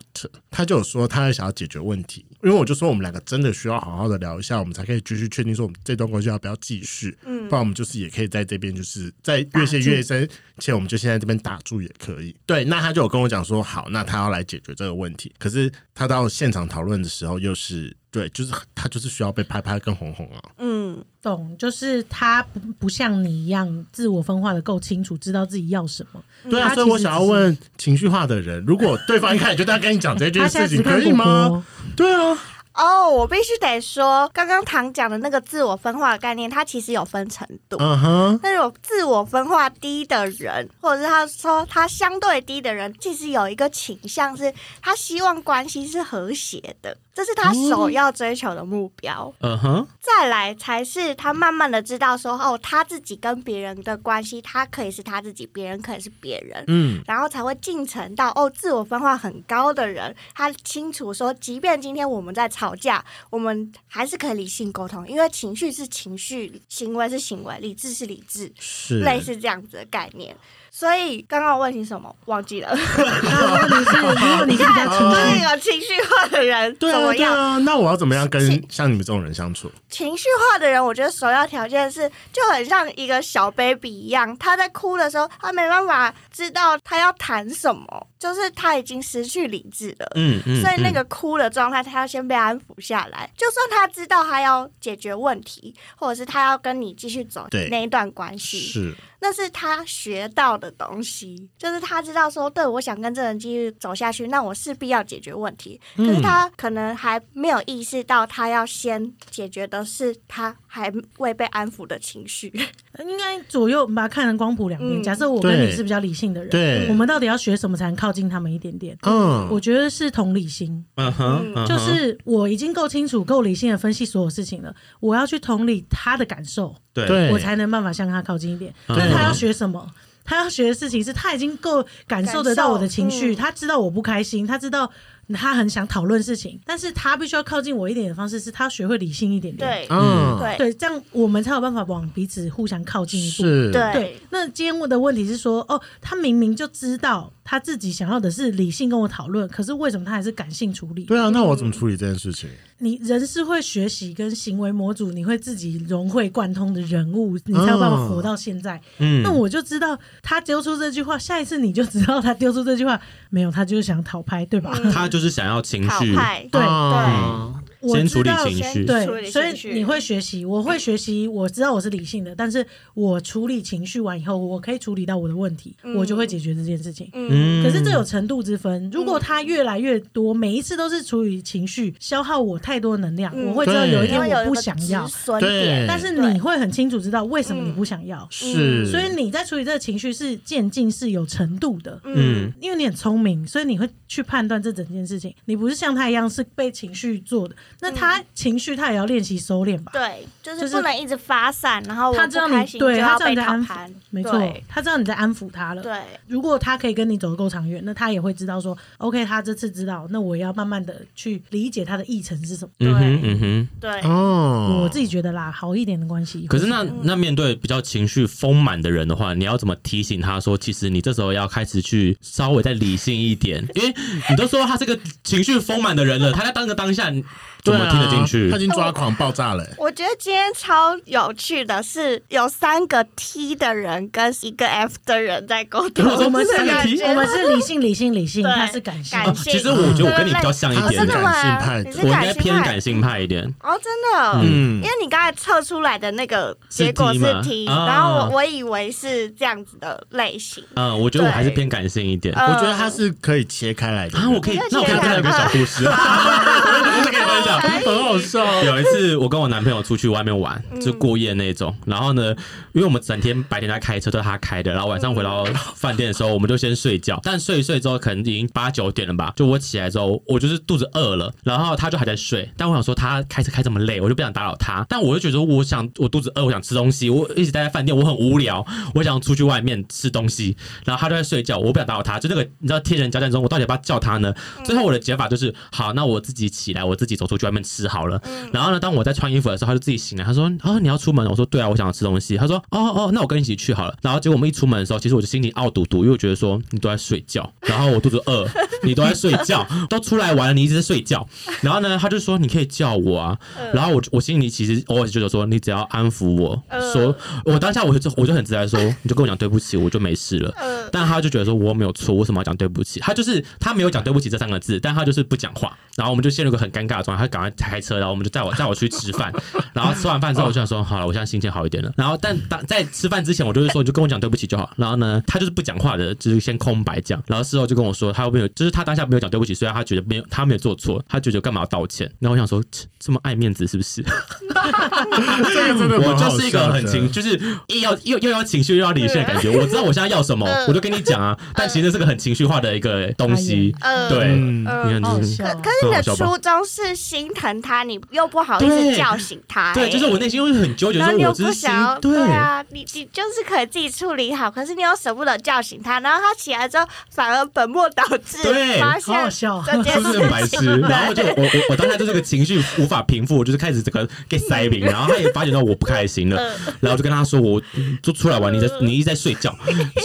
他就有说他想要解决问题，因为我就说我们两个真的需要好好的聊一下，我们才可以继续确定说我们这段关系要不要继续，嗯，不然我们就是也可以在这边就是在越陷越深，且我们就先在这边打住也可以。对，那他就有跟我讲说，好，那他要来解决这个问题，可是他到现场讨论的时候又是。对，就是他就是需要被拍拍跟哄哄啊，嗯，懂，就是他不不像你一样自我分化的够清楚，知道自己要什么。对嗯啊，他所以我其实想要只是问情绪化的人，如果对方一开始就在跟你讲这件 他现在事只情，可看以果吗？果，对啊，哦，我必须得说，刚刚唐讲的那个自我分化的概念，它其实有分程度。嗯哼，那种自我分化低的人，或者是他说他相对低的人，其实有一个倾向是，他希望关系是和谐的，这是哦他首要追求的目标。嗯哼，再来才是他慢慢的知道说，哦，他自己跟别人的关系，他可以是他自己，别人可以是别人。嗯，然后才会进程到哦，自我分化很高的人，他清楚说，即便今天我们在吵架，我们还是可以理性沟通，因为情绪是情绪，行为是行为，理智是理智，是类似这样子的概念。所以刚刚我问你什么忘记了？那如果你是如果你是比较就 清 是哦晰，有情绪化的人怎呃对啊，么对样？啊，那我要怎么样跟是像你们这种人相处？情绪化的人，我觉得首要条件是，就很像一个小 baby 一样，他在哭的时候，他没办法知道他要谈什么，就是他已经失去理智了。嗯嗯，所以那嗯个哭的状态，他要先被安抚下来。就算他知道他要解决问题，或者是他要跟你继续走对那一段关系，是，那是他学到的东西。就是他知道说，对我想跟这个人继续走下去，那我势必要解决问题。可是他嗯可能还没有意识到，他要先解决的是他还未被安抚的情绪。应该左右把它看成光谱两边。嗯假设我跟你对是比较理性的人，对我们到底要学什么才能靠近他们一点点？我嗯，觉得是同理心，嗯哼，嗯哼就是我已经够清楚、够理性的分析所有事情了，我要去同理他的感受，对对，我才能办法向他靠近一点。嗯那他要学什么？他要学的事情是他已经够感受得到我的情绪，感受嗯他知道我不开心，他知道他很想讨论事情，但是他必须要靠近我一点的方式是他学会理性一点点。 对、啊哦嗯，对对，这样我们才有办法往彼此互相靠近一步。是，对对，那今天问的问题是说，哦，他明明就知道他自己想要的是理性跟我讨论，可是为什么他还是感性处理？对啊，那我怎么处理这件事情？你人是会学习跟行为模组，你会自己融会贯通的人物，你才有办法活到现在。嗯那我就知道他丢出这句话，下一次你就知道他丢出这句话没有，他就是想讨拍，对吧？嗯他就是想要情好绪，派，对啊 我先知处理道情先绪，处理对，情所以绪你会学习，我会学习，我知道我是理性的，但是我处理情绪完以后，我可以处理到我的问题，我就会解决这件事情。嗯，嗯可是这有程度之分，如果他越来越多，每一次都是处于情绪消耗我太多能量，嗯我会知道有一因天为有我一不个想要止，损对嗯点，但是对你会很清楚知道为什么你不想要，是，所以你在处理这个情绪是渐进是有程度的。嗯因为你很聪明，所以你会去判断这整件事情。你不是像他一样是被情绪做的，那他情绪他也要练习收敛吧？对，就就是是不能一直发散，然后我他知道不开你心对就他要知道被你在讨安盘抚，，没错对，他知道你在安抚他了。对，如果他可以跟你走得够长远，那他也会知道说，OK，他这次知道，那我也要慢慢的去理解他的议程是什么。嗯哼嗯哼。对，哦，我自己觉得啦，好一点的关系。嗯可是那那面对比较情绪丰满的人的话，你要怎么提醒他说，其实你这时候要开始去稍微再理性一点，因为你都说他是个情绪丰满的人了，他在当个当下你怎对么啊听得进去他已？经抓狂爆炸了欸，我觉得今天超有趣的是，有三个 T 的人跟一个 F 的人在沟通。我们这三个感 T？觉我们是理性，理性，理性，对他是感性。感哦性其实我觉得我跟你比较像一他点啊真是的点，吗感性派的你我是应感该性偏派感性派一点。哦，真的，嗯因为你刚才测出来的那个结果是 T 吗是 T，啊然后我我以为是这样子的类型。嗯，我觉得我还是对偏感性一点。呃啊，我觉得他是可以切开来的我可以你，就那我可以觉得分享一个小故事，我可以分享笑。很好笑。有一次，我跟我男朋友出去外面玩，就过夜那种。然后呢，因为我们整天白天在开车都是他开的，然后晚上回到 饭店的时候，我们就先睡觉。但睡一睡之后，可能已经八九点了吧。就我起来之后，我就是肚子饿了，然后他就还在睡。但我想说他开车开这么累，我就不想打扰他。但我就觉得说我想我肚子饿，我想吃东西，我一直待在饭店，我很无聊，我想出去外面吃东西。然后他就在睡觉，我不想打扰他，就那个你知道天人交战中，我到底要不要叫他呢？最后我的解法就是，好，那我自己起来，我自己走出去外面吃好了。然后呢，当我在穿衣服的时候，他就自己醒来，他说：“哦，你要出门？”我说：“对啊，我想要吃东西。”他说：“哦哦，那我跟你一起去好了。”然后结果我们一出门的时候，其实我就心情傲嘟嘟，因为我觉得说你都在睡觉，然后我肚子饿，你都在睡觉，都出来玩了，你一直在睡觉。然后呢，他就说：“你可以叫我啊。”然后我我心里其实偶尔就觉得说，你只要安抚我，说我当下我就我就很直白说，你就跟我讲对不起，我就没事了。但他就觉得说我没有错，为什么要讲对不起？他就是他没有讲对不起这三个字，但他就是不讲话。然后我们就陷入一个很尴尬的状态，他赶快开车，然后我们就载我载我出去吃饭。然后吃完饭之后，我就想说好了，我现在心情好一点了。然后但当在吃饭之前，我就是说你就跟我讲对不起就好。然后呢，他就是不讲话的，就是先空白讲。然后事后就跟我说他没有，就是他当下没有讲对不起，虽然他觉得没有他没有做错，他觉得干嘛要道歉。然后我想说切这么爱面子是不是？这个真的 蛮我好笑的就是一个很情，就是又要又又要情绪又要理性的感觉。我知道我现在要什么，我就跟你讲啊。但其实这是个很情绪化的一个东西，呃，对。嗯你看，好好就是笑可。可是你的初衷是心疼他，你又不好意对思叫醒他、哎对，就是我内心又很纠结，然后说你又我这不是心想要，对。啊，你你就是可以自己处理好，可是你又舍不得叫醒他，然后他起来之后反而本末倒置，对发好好现笑，这是件不事是很白情， 痴？然后我就我我我当下就这个情绪无法平复，我就是开始这个 get 塞饼，然后他也发觉到我不开心了，然后我就跟他说我就出来玩，你在你一直在睡觉，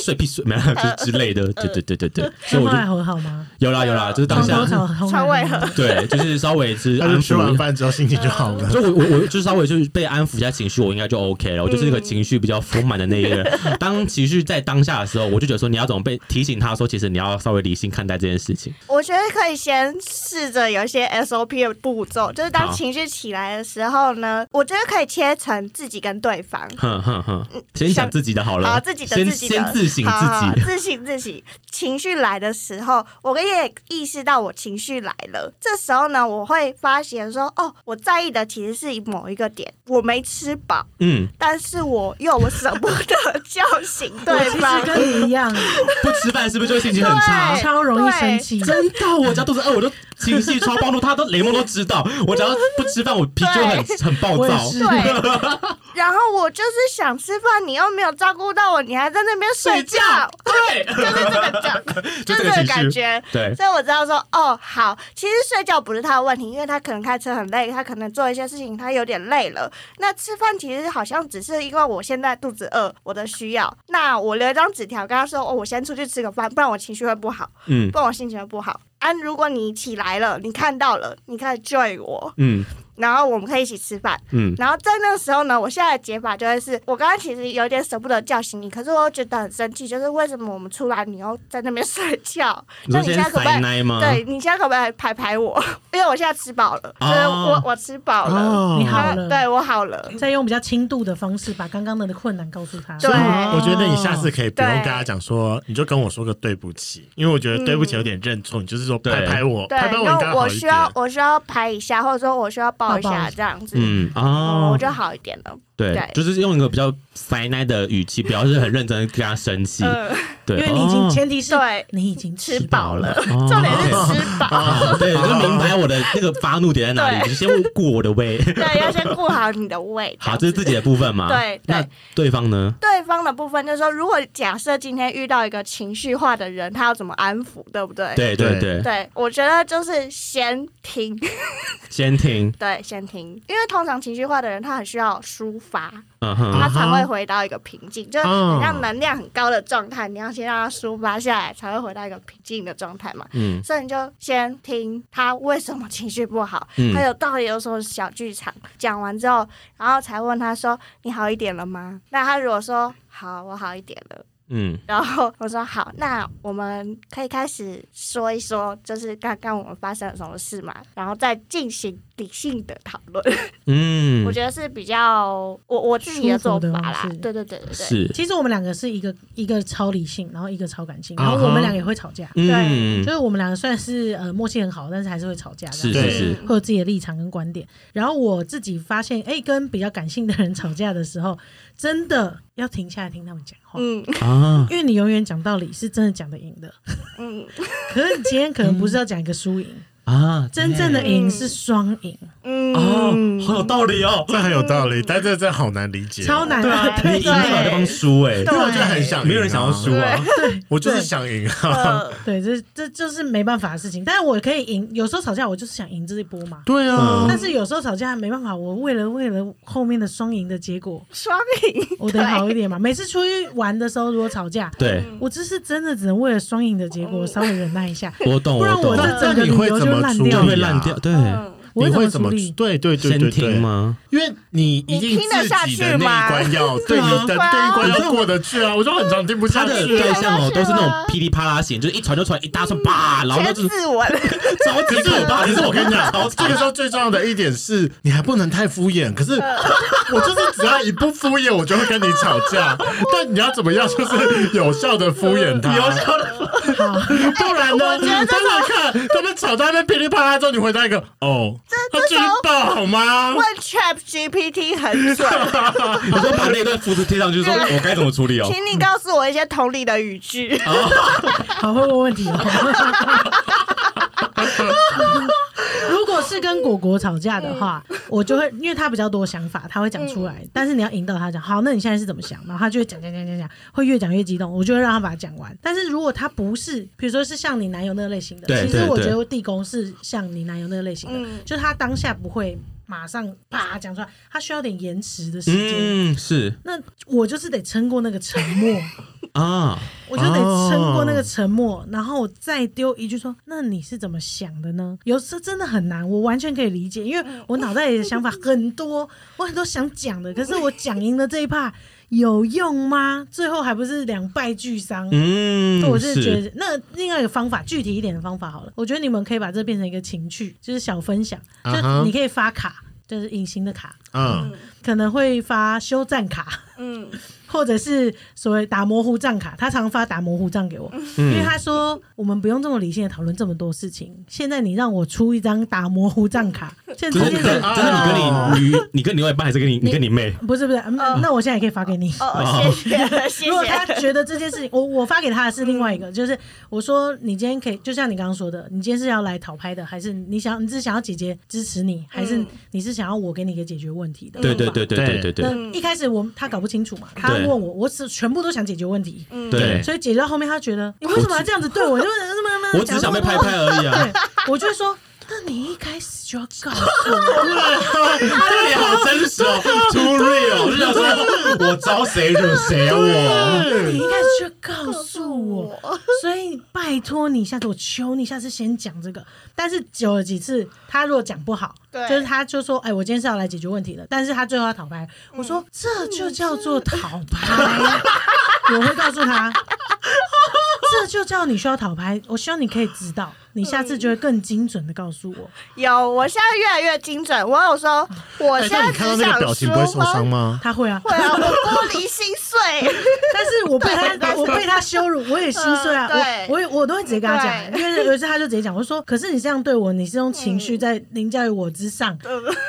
睡屁睡，没有就之类的，对对对对对，所那以我后来和就 好吗？有啦有啦，就是当下床头吵，后床来尾和嗯好吗对，就是稍微是他安就吃抚完一下。饭之后心情就好 了。就我我我就是稍微就是被安抚一下情绪，我应该就 OK 了。我就是那嗯个情绪比较丰满的那一个 人。当情绪在当下的时候，我就觉得说你要怎么被提醒他说，其实你要稍微理性看待这件事情。我觉得可以先试着有一些 SOP 的步骤，就是当好情绪起来的时候呢，我觉得可以切成自己跟对方。哼哼哼，先讲自己的好了，啊好，自己的先自己的，先自省好好自己。自省自己。情绪来的时候，我也意识到我情绪来了。这时候呢，我会发现说，哦，我在意的其实是某一个点，我没吃饱，嗯，但是我又舍不得叫醒我 对其方实。跟你一样，不吃饭是不是就心情很差对？超容易生气。真的，我只要肚子饿，我就情绪超暴怒，他都雷蒙都知道。我只要不吃饭，我脾气就很很暴我也躁。是，对，然后我就是想吃饭，你又没有照顾到我，你还在那边睡 觉，对，就是这个 状，就是就这个这个情绪感觉。 对所以我知道说，哦，好，其实睡觉不是他的问题，因为他可能开车很累，他可能做一些事情他有点累了。那吃饭其实好像只是因为我现在肚子饿，我的需要。那我留一张纸条跟他说，哦，我先出去吃个饭，不然我情绪会不好，嗯不然我心情会不好。啊，如果你起来了，你看到了，你可以 join 我，嗯然后我们可以一起吃饭。嗯，然后在那时候呢，我现在的解法就会是我刚刚其实有点舍不得叫醒你，可是我又觉得很生气，就是为什么我们出来你又在那边睡觉？你那说先你现在可不可塞以？奶吗？对你现在可不可以排排我？因为我现在吃饱了，就是哦我我吃饱了，哦你好然了后对我好了。再用比较轻度的方式把刚刚的困难告诉他。对我觉得你下次可以不用跟他讲说，你就跟我说个对不起，因为我觉得对不起有点认错，你就是说对拍拍我，对拍拍，我然应该后好我一需点。要我需要拍一下，或者说我需要抱抱一抱下一下这样子，嗯哦我哦，就好一点了。对对，就是用一个比较塞奶的语气，不要是很认真地跟他生气。嗯，对，因为你已经哦前提是对你已经吃饱饱了，哦 重点是吃饱。 啊，对，就明白我的那个发怒点在哪里，对你先顾我的胃。 对，要先顾好你的胃。好，这是自己的部分嘛？对对那对方呢？对方的部分就是说，如果假设今天遇到一个情绪化的人，他要怎么安抚，对不对？对对对，对我觉得就是先听，先听，对，先听，因为通常情绪化的人他很需要抒发，嗯哼，他啊才会回到一个平静，就是哦嗯很像能量很高的状态，你要先让他抒发下来，才会回到一个平静的状态嘛。嗯所以你就先听他为什么情绪不好，嗯还有到底有什么小剧场。讲完之后，然后才问他说：“你好一点了吗？”那他如果说：“好，我好一点了。”嗯，然后我说好，那我们可以开始说一说，就是刚刚我们发生了什么事嘛，然后再进行理性的讨论，嗯，我觉得是比较我我自己的做舒法服啦的方式。对对对对对，是，其实我们两个是一个一个超理性，然后一个超感性，啊然哈后我们两个也会吵架。嗯就，是我们两个算是呃默契很好，但是还是会吵架，这是样是对是，会有自己的立场跟观点。然后我自己发现，哎、跟比较感性的人吵架的时候，真的要停下来听他们讲话，嗯啊，因为你永远讲道理是真的讲得赢的，嗯可是你今天可能不是要讲一个输赢，啊，真正的赢是双赢，哦，嗯，好有道理哦，这很有道 理，但这这好难理解。超难对啊，的，你赢了对方输哎，因为我就很想赢啊，没有人想要输啊，我就是想赢啊。 呃对，这这就是没办法的事情。但是我可以赢，有时候吵架我就是想赢这一波嘛。 对啊嗯，但是有时候吵架没办法，我为了为了后面的双赢的结果，双赢，我得好一点嘛。每次出去玩的时候，如果吵架，对，我这是真的只能为了双赢的结果稍微忍耐一下，我懂，不然懂我，这整个旅游就烂掉就那你了会。烂掉，对，嗯，我啊你会会怎怎么么处处理？对对对先对听对，吗？因为你一定你听得自下己去的那一吗关要对你对的对啊一关要过得去啊，我就很常听不他下的去对啊。象哦，听都得下去吗是那种噼里啪啦型，就是一传就传一大串，叭，然后千就是 字文，超级可是可怕。可是我跟你讲 超，这个时候最重要的一点是，你还不能太敷衍。可是我就是只要一不敷衍，我就会跟你吵架。但你要怎么样，就是有效的敷衍他。有效的不然呢？你真的看他们吵到那边噼里啪啦之后，你回答一个哦，他这最爆好吗？问 Chat GPT 很准，我就把那段复制贴上去，说我该怎么处理哦。请你告诉我一些同理的语句。哦好会问问题哦。如果是跟果果吵架的话，我就会因为他比较多想法，他会讲出来，但是你要引导他讲。好，那你现在是怎么想？然后他就会讲讲讲讲讲，会越讲越激动，我就会让他把它讲完。但是如果他不是，比如说是像你男友那个类型的，对其实对我觉对得地公是像你男友那个类型的，嗯就他当下不会马上啪讲出来，他需要点延迟的时间。嗯，是那我就是得撑过那个沉默。啊，我就得撑过那个沉默，然后我再丢一句说：“那你是怎么想的呢？”有时候真的很难，我完全可以理解，因为我脑袋里的想法很多，我很多想讲的，可是我讲赢了这一趴有用吗？最后还不是两败俱伤。嗯所以，我是觉是得，那另外一个方法，具体一点的方法好了，我觉得你们可以把这变成一个情趣，就是小分享，就啊哈你可以发卡，就是隐形的卡，嗯，可能会发休战卡。嗯，或者是所谓打模糊账卡，他常发打模糊账给我，因为他说我们不用这么理性的讨论这么多事情。现在你让我出一张打模糊账卡，嗯现在就是这件你跟，事好就是可你爱哦跟你女，你跟你另外一半，还是跟你你跟你妹？不是不是，嗯那我现在也可以发给你。哦，谢谢谢嗯如果他谢。觉得这件事情，我我发给他的是另外一个，就是我说你今天可以，就像你刚刚说的，你今天是要来讨拍的，还是你想你是想要姐姐支持你，还是嗯你是想要我给你一个解决问题的？对对对。嗯对对对对那一开始我他搞不清楚嘛，他对问我，我是全部都想解决问题，嗯对，所以解决到后面，他觉 得你为什么要这样子对 我？就是那么那么，我只是想被拍拍而已啊 对。，我就会说，那你一开始就要告诉我，这里好真实 哦，too real，我就 想说，我招哎谁惹谁啊我？那你一开始就嗯告诉我。所以拜托你，下次我求你，下次先讲这个。但是久了几次，他如果讲不好，对就是他就说，哎，我今天是要来解决问题的，但是他最后要讨拍，我说这就叫做讨拍，我会告诉他。这就叫你需要讨拍，我希望你可以知道，你下次就会更精准的告诉我。有，我现在越来越精准。我有说，我哎现那在你看到只那想个表情不会受伤吗？吗？他会啊，会啊，我玻璃心碎。 但是我被他，我被他羞辱，我也心碎啊。嗯对我我也我都会直接跟他讲，对嗯因为有一次他就直接讲，我说：“可是你这样对我，你是用情绪在凌驾于我之 上，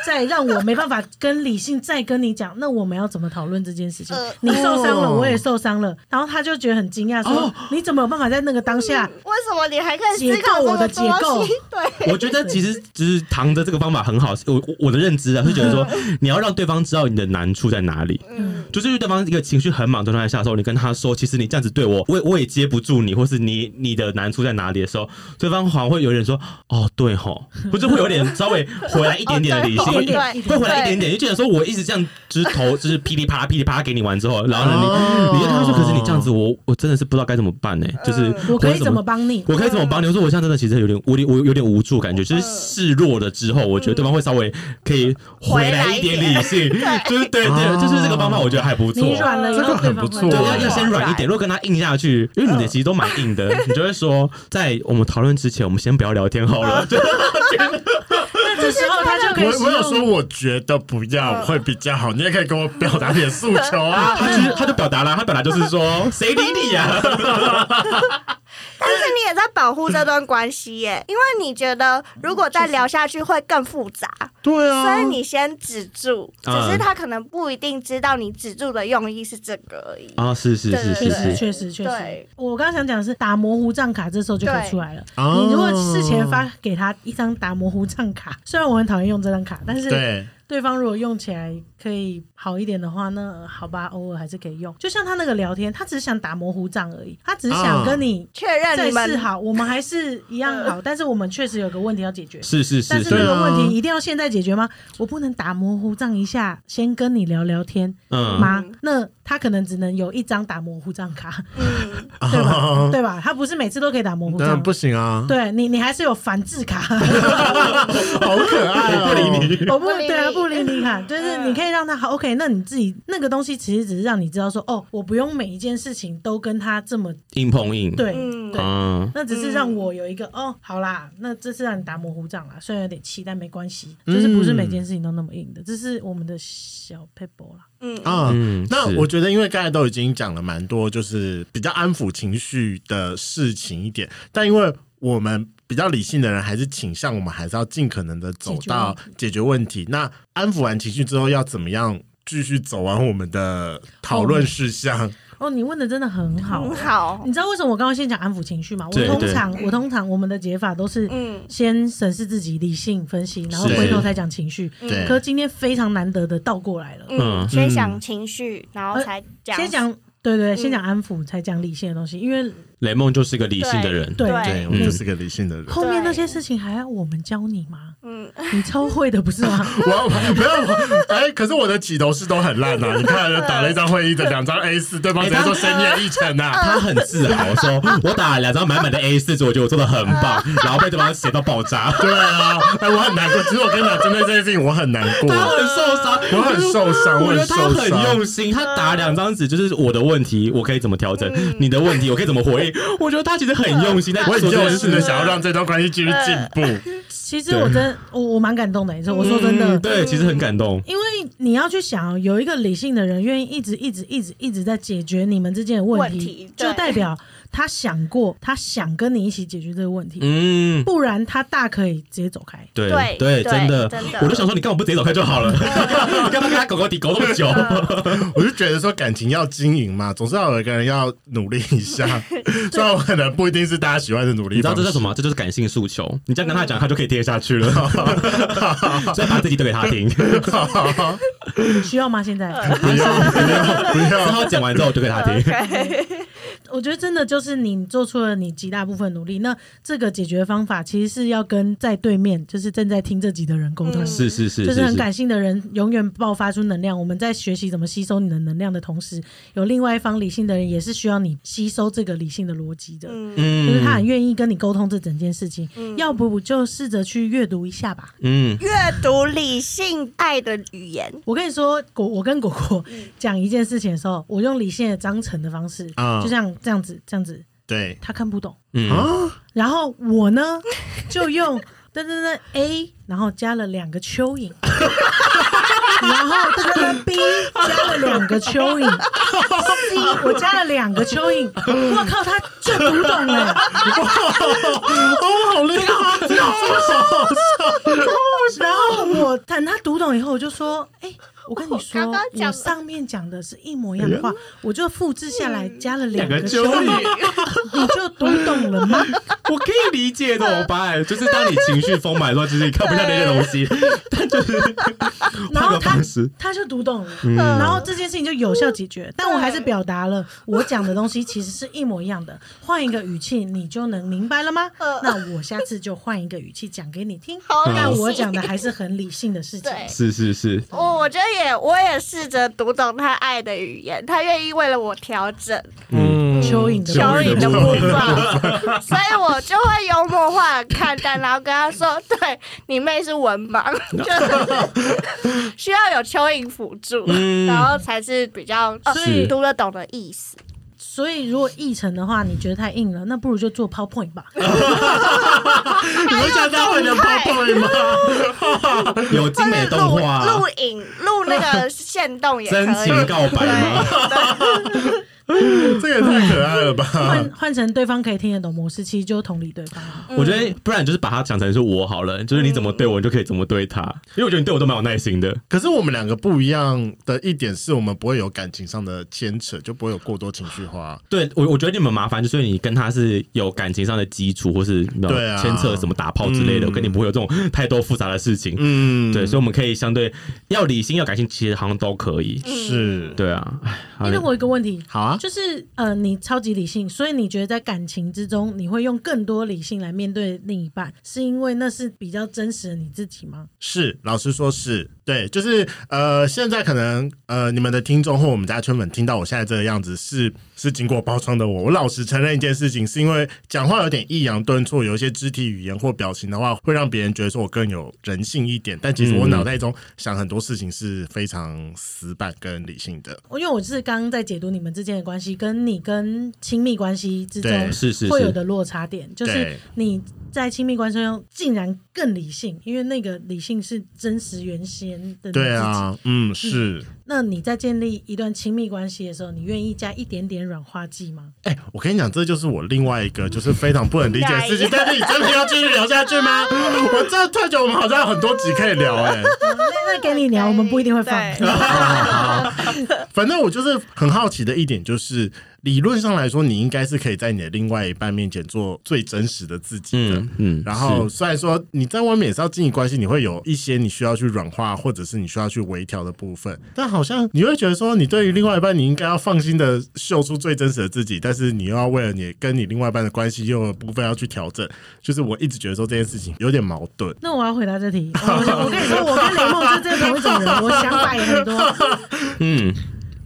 再让我没办法跟理性再跟你讲，那我们要怎么讨论这件事情嗯？你受伤了，哦我也受伤了。”然后他就觉得很惊讶，说哦：“你怎么有办法在那个当下为什么你还可以思考这么解构我多的解西构？ 对，我觉得其实就是唐的这个方法很好，我我我的认知啊，是觉得 说你要让对方知道你的难处在哪里，嗯，就是因为对方一个情绪很满的状态下的时候，你跟他说，其实你这样子对我，我也我也接不住你，或是你你的难处在哪里的时候，对方好像会有点说，哦，对吼，不是会有点稍微回来一点点的理性，哦会对会对回来一点对点，就觉得说我一直这样，就是头就是噼里啪啦噼里啪啦给你完之后，然后呢哦你你就跟他说，可是你这样子我我真的是不知道该怎么办呢、嗯就是嗯我可以会怎么帮你？”我可以怎么帮你？我说我现在真的其实有点，我有我有点无助感觉，就是示弱了之后，我觉得对方会稍微可以回来一点理性，就是对哦对，就是这个方法，我觉得还不错你。软了以这就很不错对对，我要觉得要先软一点。如果跟他硬下去，因为你的其实都蛮硬的，你就会说，在我们讨论之前，我们先不要聊天好了。就那这时候他就可我以使我有说，用。我觉得不要会比较好，你也可以跟我表达你的诉求啊。 他就是他就表达了，他表达就是说，谁理你啊呀？但是你也在保护这段关系耶，因为你觉得如果再聊下去会更复杂，对啊，所以你先止住，只嗯是他可能不一定知道你止住的用意是这个而已。啊，是是是确实，是是，确实，确实对。我刚刚想讲的是打模糊账卡，这时候就可以对出来了。哦你如果事前发给他一张打模糊账卡， 虽然我很讨厌用这张卡，但是对对方如果用起来可以好一点的话，那好吧，偶尔还是可以用。就像他那个聊天，他只是想打模糊账而已，他只是想跟你确认再你试们嗯好，我们还是一样好，但是我们确实有个问题要解决。是是但是是那是，个问对啊题一定要现在解决吗？我不能打模糊账一下，先跟你聊聊天嗯，吗？那他可能只能有一张打模糊账卡，嗯，对 吧？对吧？他不是每次都可以打模糊当然账不，行啊，对你，你还是有反制卡。好可爱哦，不理你。 我不不理对啊，你不理你看，就是你可以让他好 OK。那你自己那个东西其实只是让你知道说，哦，我不用每一件事情都跟他这么硬碰硬，对，嗯对，嗯，那只是让我有一个哦，好啦，那这次让你打模糊仗啦，虽然有点气，但没关系，嗯就是不是每件事情都那么硬的，这是我们的小 paper 啦。嗯 啊、嗯那是我觉得，因为刚才都已经讲了蛮多，就是比较安抚情绪的事情一点，但因为我们比较理性的人，还是倾向我们还是要尽可能的走到解决问题。那安抚完情绪之后，要怎么样继续走完我们的讨论事项？哦，你问的真的很好很，嗯好，你知道为什么我刚刚先讲安抚情绪吗？我对通对常我通常我们的解法都是嗯先审视自己，理性分析，然后是回头才讲情绪。对可今天非常难得的倒过来了。嗯嗯，先想情绪，然后才讲，先讲对对，嗯先讲安抚，才讲理性的东西，因为雷梦就是个理性的人，对对对，我就是个理性的人。后面那些事情还要我们教你吗？嗯，你超会的不是 吗？我要没有我哎，可是我的起头是都很烂啊！你看，打了一张会议的两张 A 四，对方直接说深夜一成啊。他很自豪说：“我打了两张满满的 A 四，我觉得我做的很棒。”然后被对方写到爆炸，对啊，哎，我很难过。其实我跟你讲，针对这件事情，我很难过。他很受伤，我很受伤，啊我觉很得他受很伤。用心，他打两张纸就是我的问题，我可以怎么调整？你的问题我可以怎么回应？我觉得他其实很用心在啊我做很这用件心事的。想要让这段关系继续进步，其实我真我我蛮感动的，你说我说真嗯，的。对，其实很感动。因为你要去想，有一个理性的人愿意一直一直一直一直在解决你们之间的问问题题，对就代表他想过，他想跟你一起解决这个问题，嗯，不然他大可以直接走 开。对对对，对真的真的，我就想说，你干嘛不直接走开就好了？你干嘛跟他狗狗底狗那么久？我就觉得说感情要经营嘛，总是要有一个人要努力 一下。虽然我可能不一定是大家喜欢的努力，你知道这叫什？么？这就是感性诉求。你这样跟他讲，他就可以听得下 去了。所以把自己丢给他听，需要吗？现在？呃不要 不要不然要！后讲完之后丢给他哦 听。我觉得真的就是你做出了你极大部分努力，那这个解决方法其实是要跟在对面，就是正在听这集的人沟通。嗯是是是，就是很感性的人，永远爆发出能量。我们在学习怎么吸收你的能量的同时，有另外一方理性的人也是需要你吸收这个理性的逻辑的，嗯就是他很嗯愿意跟你沟通这整件事情。嗯要不就试着去阅读一下吧。 嗯，阅读理性爱的语言，我跟你说，果我跟果果讲一件事情的时候，我用理性的章程的方式，啊就像这样子，这样子，对他看不懂。嗯，啊，然后我呢 就用噔噔噔 A，然后加了两个蚯蚓， 然后噔噔噔 B 加了两个蚯蚓，C 我加了两个蚯蚓，我靠，他就读懂了。哦，好厉害，这个好然后我等他读懂以后，我就说，哎、我跟你说，我刚刚讲的我上面讲嗯的是一模一样的话，我就复制下来，加了两个两个蚯蚯蚓蚓，嗯 你就读懂了 吗？我可以理解怎么办？就是当你情绪丰满的时候，就是你看不下那些东 西，但就是然后换个他方式。他就读懂了，然后这件事情就有效解决。但我还是表达了我讲的东西其实是一模一样的，换一个语气你就能明白了吗？嗯那我下次就换一个语气讲给你听。好理性但我讲的还是很理性的事情。对是是是，哦我我觉得也，我也试着读懂他爱的语言，他愿意为了我调整，嗯，厉蚯蚓的蚯蚯蚓蚓的的部部 分，所以我就会幽默化地看待，然后跟他说：“对你妹是文 盲，就是需要有蚯蚓辅助，嗯然后才是比较呃所以读得懂的意思。所以如果译成的话，你觉得太硬了，那不如就做 PowerPoint 吧。你会想到你的动态 PowerPoint 吗？哎有或精美者动录画、啊录影录那个线动也可以，。真情告白吗？嗯这也太可爱了吧！换换成对方可以听得懂模式，其实就同理对方。我觉得不然就是把它讲成是我好了，就是你怎么对我，你就可以怎么对他。因为我觉得你对我都蛮有耐心的。可是我们两个不一样的一点是我们不会有感情上的牵扯，就不会有过多情绪化。对我，我觉得你们麻烦就是你跟他是有感情上的基础，或是有对啊牵扯什么打炮之类的，我跟你不会有这种太多复杂的事情。嗯，对，所以我们可以相对要理性要感性，其实好像都可以。是，对啊，哎好因为我有一个问题，好啊，就是呃，你超级理性，所以你觉得在感情之中，你会用更多理性来面对另一半，是因为那是比较真实的你自己吗？是，老实说是，对，就是呃，现在可能呃，你们的听众或我们家圈粉听到我现在这个样子是是经过包装的我，我老实承认一件事情，是因为讲话有点抑扬顿挫，有一些肢体语言或表情的话，会让别人觉得说我更有人性一点，但其实我嗯脑袋中想很多事情是非常死板跟理性的，因为我是刚刚在解读你们之间的关系，跟你跟亲密关系之中对是是会有是，的落差点，就是对你在亲密关系中竟然更理性，因为那个理性是真实原先的你自己。对啊，嗯，是。那你在建立一段亲密关系的时候，你愿意加一点点软化剂吗？哎、我跟你讲，这就是我另外一个就是非常不能理解的事 情但是你真的要继续聊下去吗？我真的突然觉得我们好像有很多集可以聊哎、哦那那给你聊，我们不一定会放。对反正我就是很好奇的一点就是，理论上来说，你应该是可以在你的另外一半面前做最真实的自己的。嗯嗯，然后是虽然说你在外面也是要经营关系，你会有一些你需要去软化，或者是你需要去微调的部分，但好像你会觉得说，你对于另外一半，你应该要放心的秀出最真实的自己，但是你又要为了你跟你另外一半的关系又有部分要去调整，就是我一直觉得说这件事情有点矛盾。 那我要回答这题，我我跟你说，我跟雷梦是真的同一种人，我想法也很多。嗯，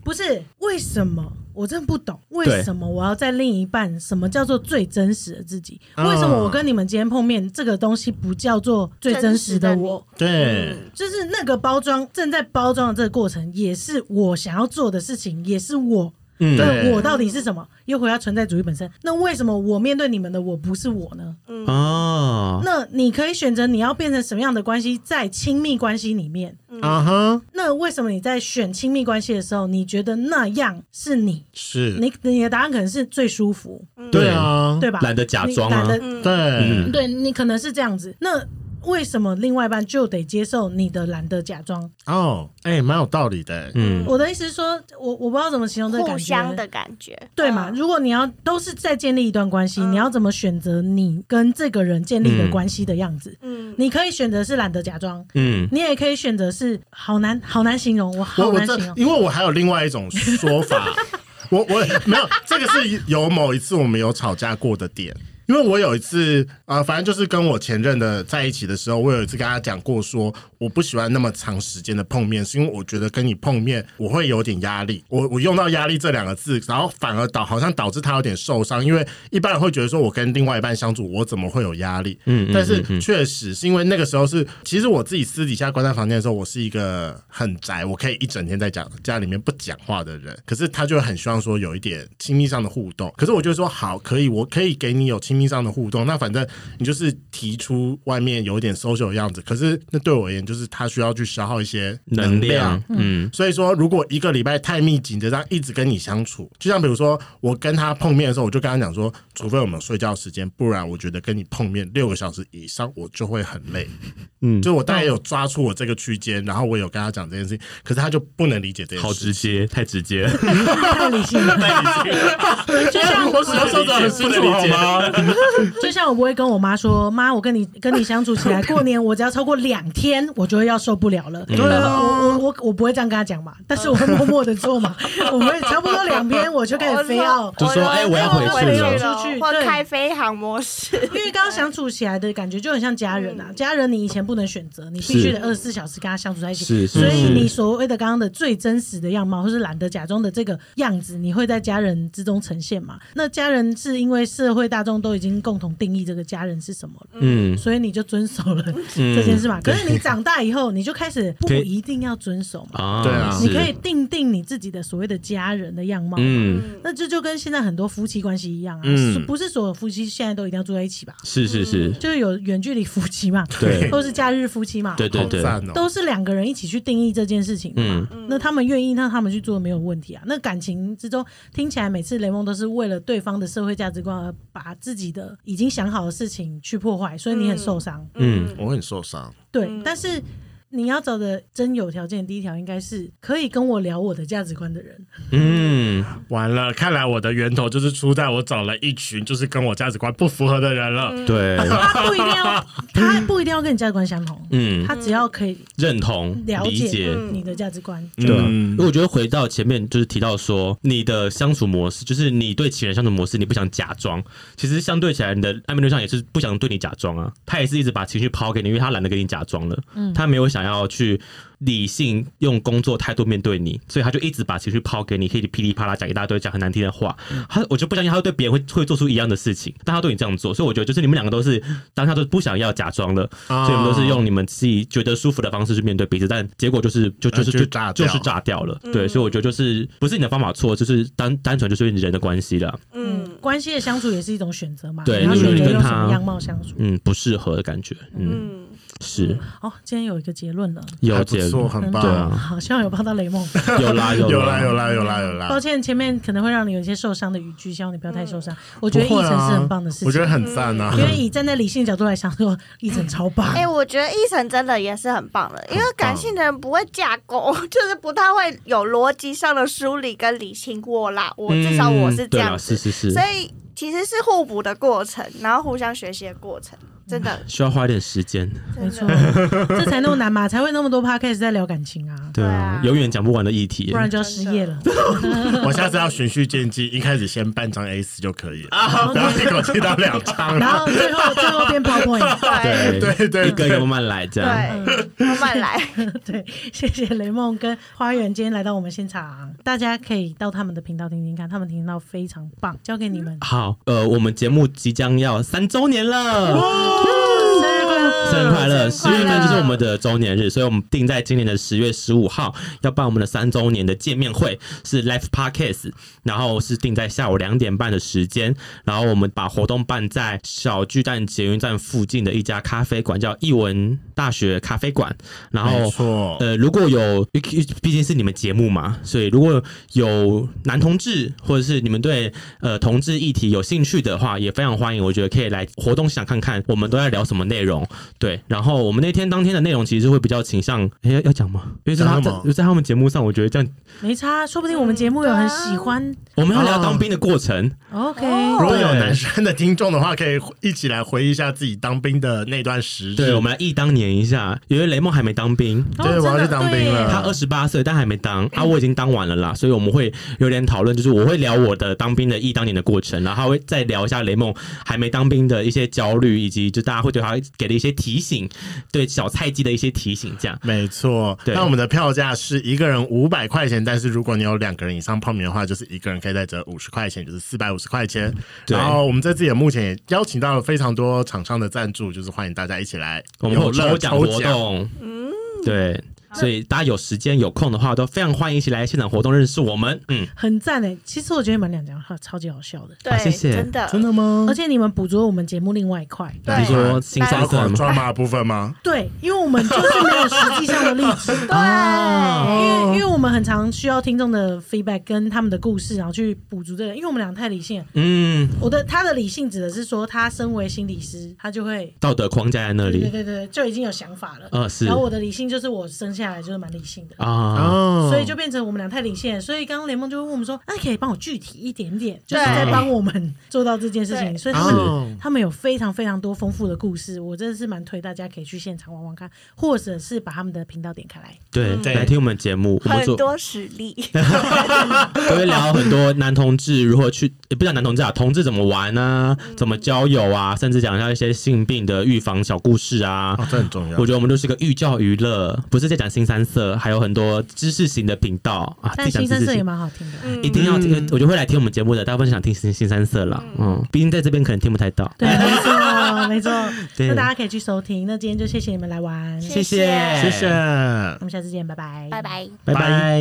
不是为什么？我真的不懂为什么我要在另一半？什么叫做最真实的自己？嗯为什么我跟你们今天碰面，这个东西不叫做最真实的我？对，就是那个包装正在包装的这个过程，也是我想要做的事情，也是我。嗯那对我到底是什么？又回到存在主义本身。那为什么我面对你们的我不是我呢？哦，那你可以选择你要变成什么样的关系，在亲密关系里面。啊哈，那为什么你在选亲密关系的时候，你觉得那样是你？是，你你的答案可能是最舒服，对啊，对吧？嗯懒得假装啊你懒得对，嗯对你可能是这样子。那为什么另外一半就得接受你的懒得假装？哦，哎、蛮有道理的、嗯，我的意思是说，我我不知道怎么形容这 个感互觉。相的感觉，对嘛？嗯如果你要都是在建立一段关系，你要怎么选择你跟这个人建立的关系的样子？嗯，你可以选择是懒得假装，嗯，你也可以选择是好难好难形容，我我好我难这形容，。因为我还有另外一种说法， 我我没有这个是有某一次我们有吵架过的点。因为我有一次，呃，反正就是跟我前任的在一起的时候，我有一次跟他讲过说我不喜欢那么长时间的碰面，是因为我觉得跟你碰面我会有点压力。我我用到“压力”这两个字，然后反而导好像导致他有点受伤，因为一般人会觉得说我跟另外一半相处，我怎么会有压力？嗯，但是确实是因为那个时候是，其实我自己私底下关在房间的时候，我是一个很宅，我可以一整天在家家里面不讲话的人。可是他就很希望说有一点亲密上的互动。可是我就说好，可以，我可以给你有亲密上的互动。那反正你就是提出外面有一点 social 的样子。可是那对我而言，就是他需要去消耗一些能量量，嗯，所以说，如果一个礼拜太密集的这样一直跟你相处，就像比如说我跟他碰面的时候，我就跟他讲说，除非我们有睡觉时间，不然我觉得跟你碰面六个小时以上，我就会很累。嗯，就我大概有抓出我这个区间，然后我有跟他讲这件事情，可是他就不能理解这件嗯好事情。直接，太直 接了。太理性了，就像我使用手指很舒服好吗？就像我不会跟我妈说，妈，我跟你跟你相处起 来，过年我只要超过两天，我就会要受不了了。对啊我我我我不会这样跟她讲嘛，但是我会默默的做 嘛，我会差不多两天我就开始非要。就说哎我要回去了出去或对开飞航模式。因为刚刚相处起来的感觉就很像家人嗯啊，家人你以前不能选择，你必须得二十四小时跟他相处在一起，是是所以是你所谓的刚刚的最真实的样貌，或是懒得假装的这个样子，你会在家人之中呈现嘛？那家人是因为社会大众都已经共同定义这个家人是什么了， 嗯，所以你就遵守了这件事嘛。可是你长大以后，你就开 始不可以一定要遵守嘛，啊对啊你是可以定定你自己的所谓的家人的样貌。嗯，那这就跟现在很多夫妻关系一样啊，嗯是不是所有夫妻现在都一定要住在一起吧？是是是，就是有远距离夫妻嘛， 对都是假日夫妻嘛，对对对，赞哦，都是两个人一起去定义这件事情的嘛。嗯那他们愿意，那他们去做没有问题啊。那感情之中，听起来每次雷蒙都是为了对方的社会价值观而把自己的已经想好的事情去破坏，所以你很受伤。嗯我很受伤。对，嗯但是。你要找的真有条件，第一条应该是可以跟我聊我的价值观的 人。嗯，完了，看来我的源头就是出在我找了一群就是跟我价值观不符合的人了。对，他不一定要，他不一定要跟你价值观相同，嗯，他只要可以认同了理解解。嗯你的价值观，对啊，嗯因为我觉得回到前面就是提到说，你的相处模式就是你对情人相处模式，你不想假装，其实相对起来，你的暧昧对象也是不想对你假装啊，他也是一直把情绪抛给你，因为他懒得跟你假装了，他没有想要去理性用工作态度面对你，所以他就一直把情绪抛给你，可以噼里啪啦讲一大堆讲很难听的话，他我就不相信他会对别人会会做出一样的事情，但他对你这样做，所以我觉得就是你们两个都是当下都不想要假装了，啊嗯所以我们都是用你们自己觉得舒服的方式去面对彼此，但结果就是就就呃是就就炸就掉是炸掉了。嗯对，所以我觉得就是不是你的方法错，就是单单纯就是人的关系了，嗯嗯，关系的相处也是一种选择嘛，对你要你选择跟用什他么样貌相处。嗯，不适合的感觉，嗯，嗯，是哦，今天有一个结论了，有还不结错，很棒。对啊 好，希望有帮到雷 梦。有啦有有啦有啦，啦有啦有抱啦，歉，前面可能会让你有一些受伤的语句，希望你不要太受伤。我觉得不议会程啊，是很棒的事情，我觉得很赞啊因。为以站在理性的角度来想说，议程超棒。哎、我觉得一晨真的也是很棒的，因为感性的人不会架构， 就是不太会有逻辑上的梳理跟理清过啦。我至少我嗯是这对样啦，子，是是是所，以其实是互补的过程，然后互相学习的过程，真的，需要花一点时间，没真错的。，这才那么难嘛，才会那么多 podcast 在聊感情啊，对啊，啊永远讲不完的议题不，然就要失业了。 我下次要循序渐进，一开始先半张 A 四就可以啊了，不要一口气到两张。然后最后最后变 PowerPoint， 对对对对一个一个慢慢来这样。嗯对， 慢慢来。对，谢谢雷梦跟花园今天来到我们现场，大家可以到他们的频道听听看，他们频道非常棒，交给你们。好，呃，我们节目即将要三周年了。生日快乐！生日快乐！十生日快月乐份就是我们的周年日，所以我们定在今年的十月十五号要办我们的三周年的见面会，是 Live Podcast，然后是定在下午两点半的时间，然后我们把活动办在小巨蛋捷运站附近的一家咖啡馆，叫艺文大学咖啡馆，然没后。错，呃，如果有，毕竟是你们节目嘛，所以如果有男同志或者是你们对呃同志议题有兴趣的话，也非常欢迎。我觉得可以来活动想看看我们都在聊什么内容。对，然后我们那天当天的内容其实会比较倾向，哎、要要讲吗？ 因为在他讲什么在在他们节目上，我觉得这样 没差，说不定我们节目有很喜欢。我们要聊当兵的过程。 OK，如果有男生的听众的话，可以一起来回忆一下自己当兵的那段时日。对，我们来忆当年一下，因为雷梦还没当兵。哦对我要去当兵了真的对耶他二十八岁，但还没当啊，我已经当完了嗯 啦，所以我们会有点讨论，就是我会聊我的当兵的忆当年的过程，然后会再聊一下雷梦还没当兵的一些焦虑，以及就大家会对他给的一些提醒，对小菜鸡的一些提醒，这样。没错，对那我们的票价是一个人五百块钱，但是如果你有两个人以上报名的话，就是一个人可以再折五十块钱，就是四百五十块钱。对然后我们这次也目前也邀请到了非常多厂商的赞助，就是欢迎大家一起来我们会有乐抽奖活。动，嗯，对，所以大家有时间有空的话，都非常欢迎一起来现场活动认识我们，嗯，很赞诶。其实我觉得你们俩讲话超级好笑的，对，谢谢真的，真的吗而？且你们捕捉我们节目另外一块。对你说新大三家色吗？抓马的部分吗？对，因为我们就是没有实际上的例 子，对，因为因为我们很常需要听众的 feedback 跟他们的故事，然后去补足这个。因为我们俩太理性了，嗯，我的他的理性指的是说，他身为心理师，他就会道德框架在那对对里，对对，就已经有想法了。嗯呃，是然后我的理性就是我生下来就是蛮理性的。啊，哦，所以就变成我们俩太理性了，所以刚刚联盟就问我们说，啊那、可以帮我具体一点点，就是对在帮我们做到这件事情。对所以他们、哦他们有非常非常多丰富的故事，我真的是蛮推大家可以去现场玩玩看，或者是把他们的频道点开来。嗯对，对来听我们节目，我们很做多实力， 都会聊很多男同志如何去，也不讲男同志啊，同志怎么玩啊，怎么交友啊，甚至讲一下一些性病的预防小故事啊。哦，这很重要我。觉得我们都是个寓教于乐，不是在讲新三色，还有很多知识型的频道啊。但新自己讲三知识色型也蛮好听的，嗯一定要听嗯，我就会来听我们节目的，大部分是想听新新三色啦。嗯，毕竟在这边可能听不太到。对，没错没错。对那大家可以去收听。那今天就谢谢你们来玩，那谢谢，谢谢。我们下次见，拜拜，拜。拜。拜拜。拜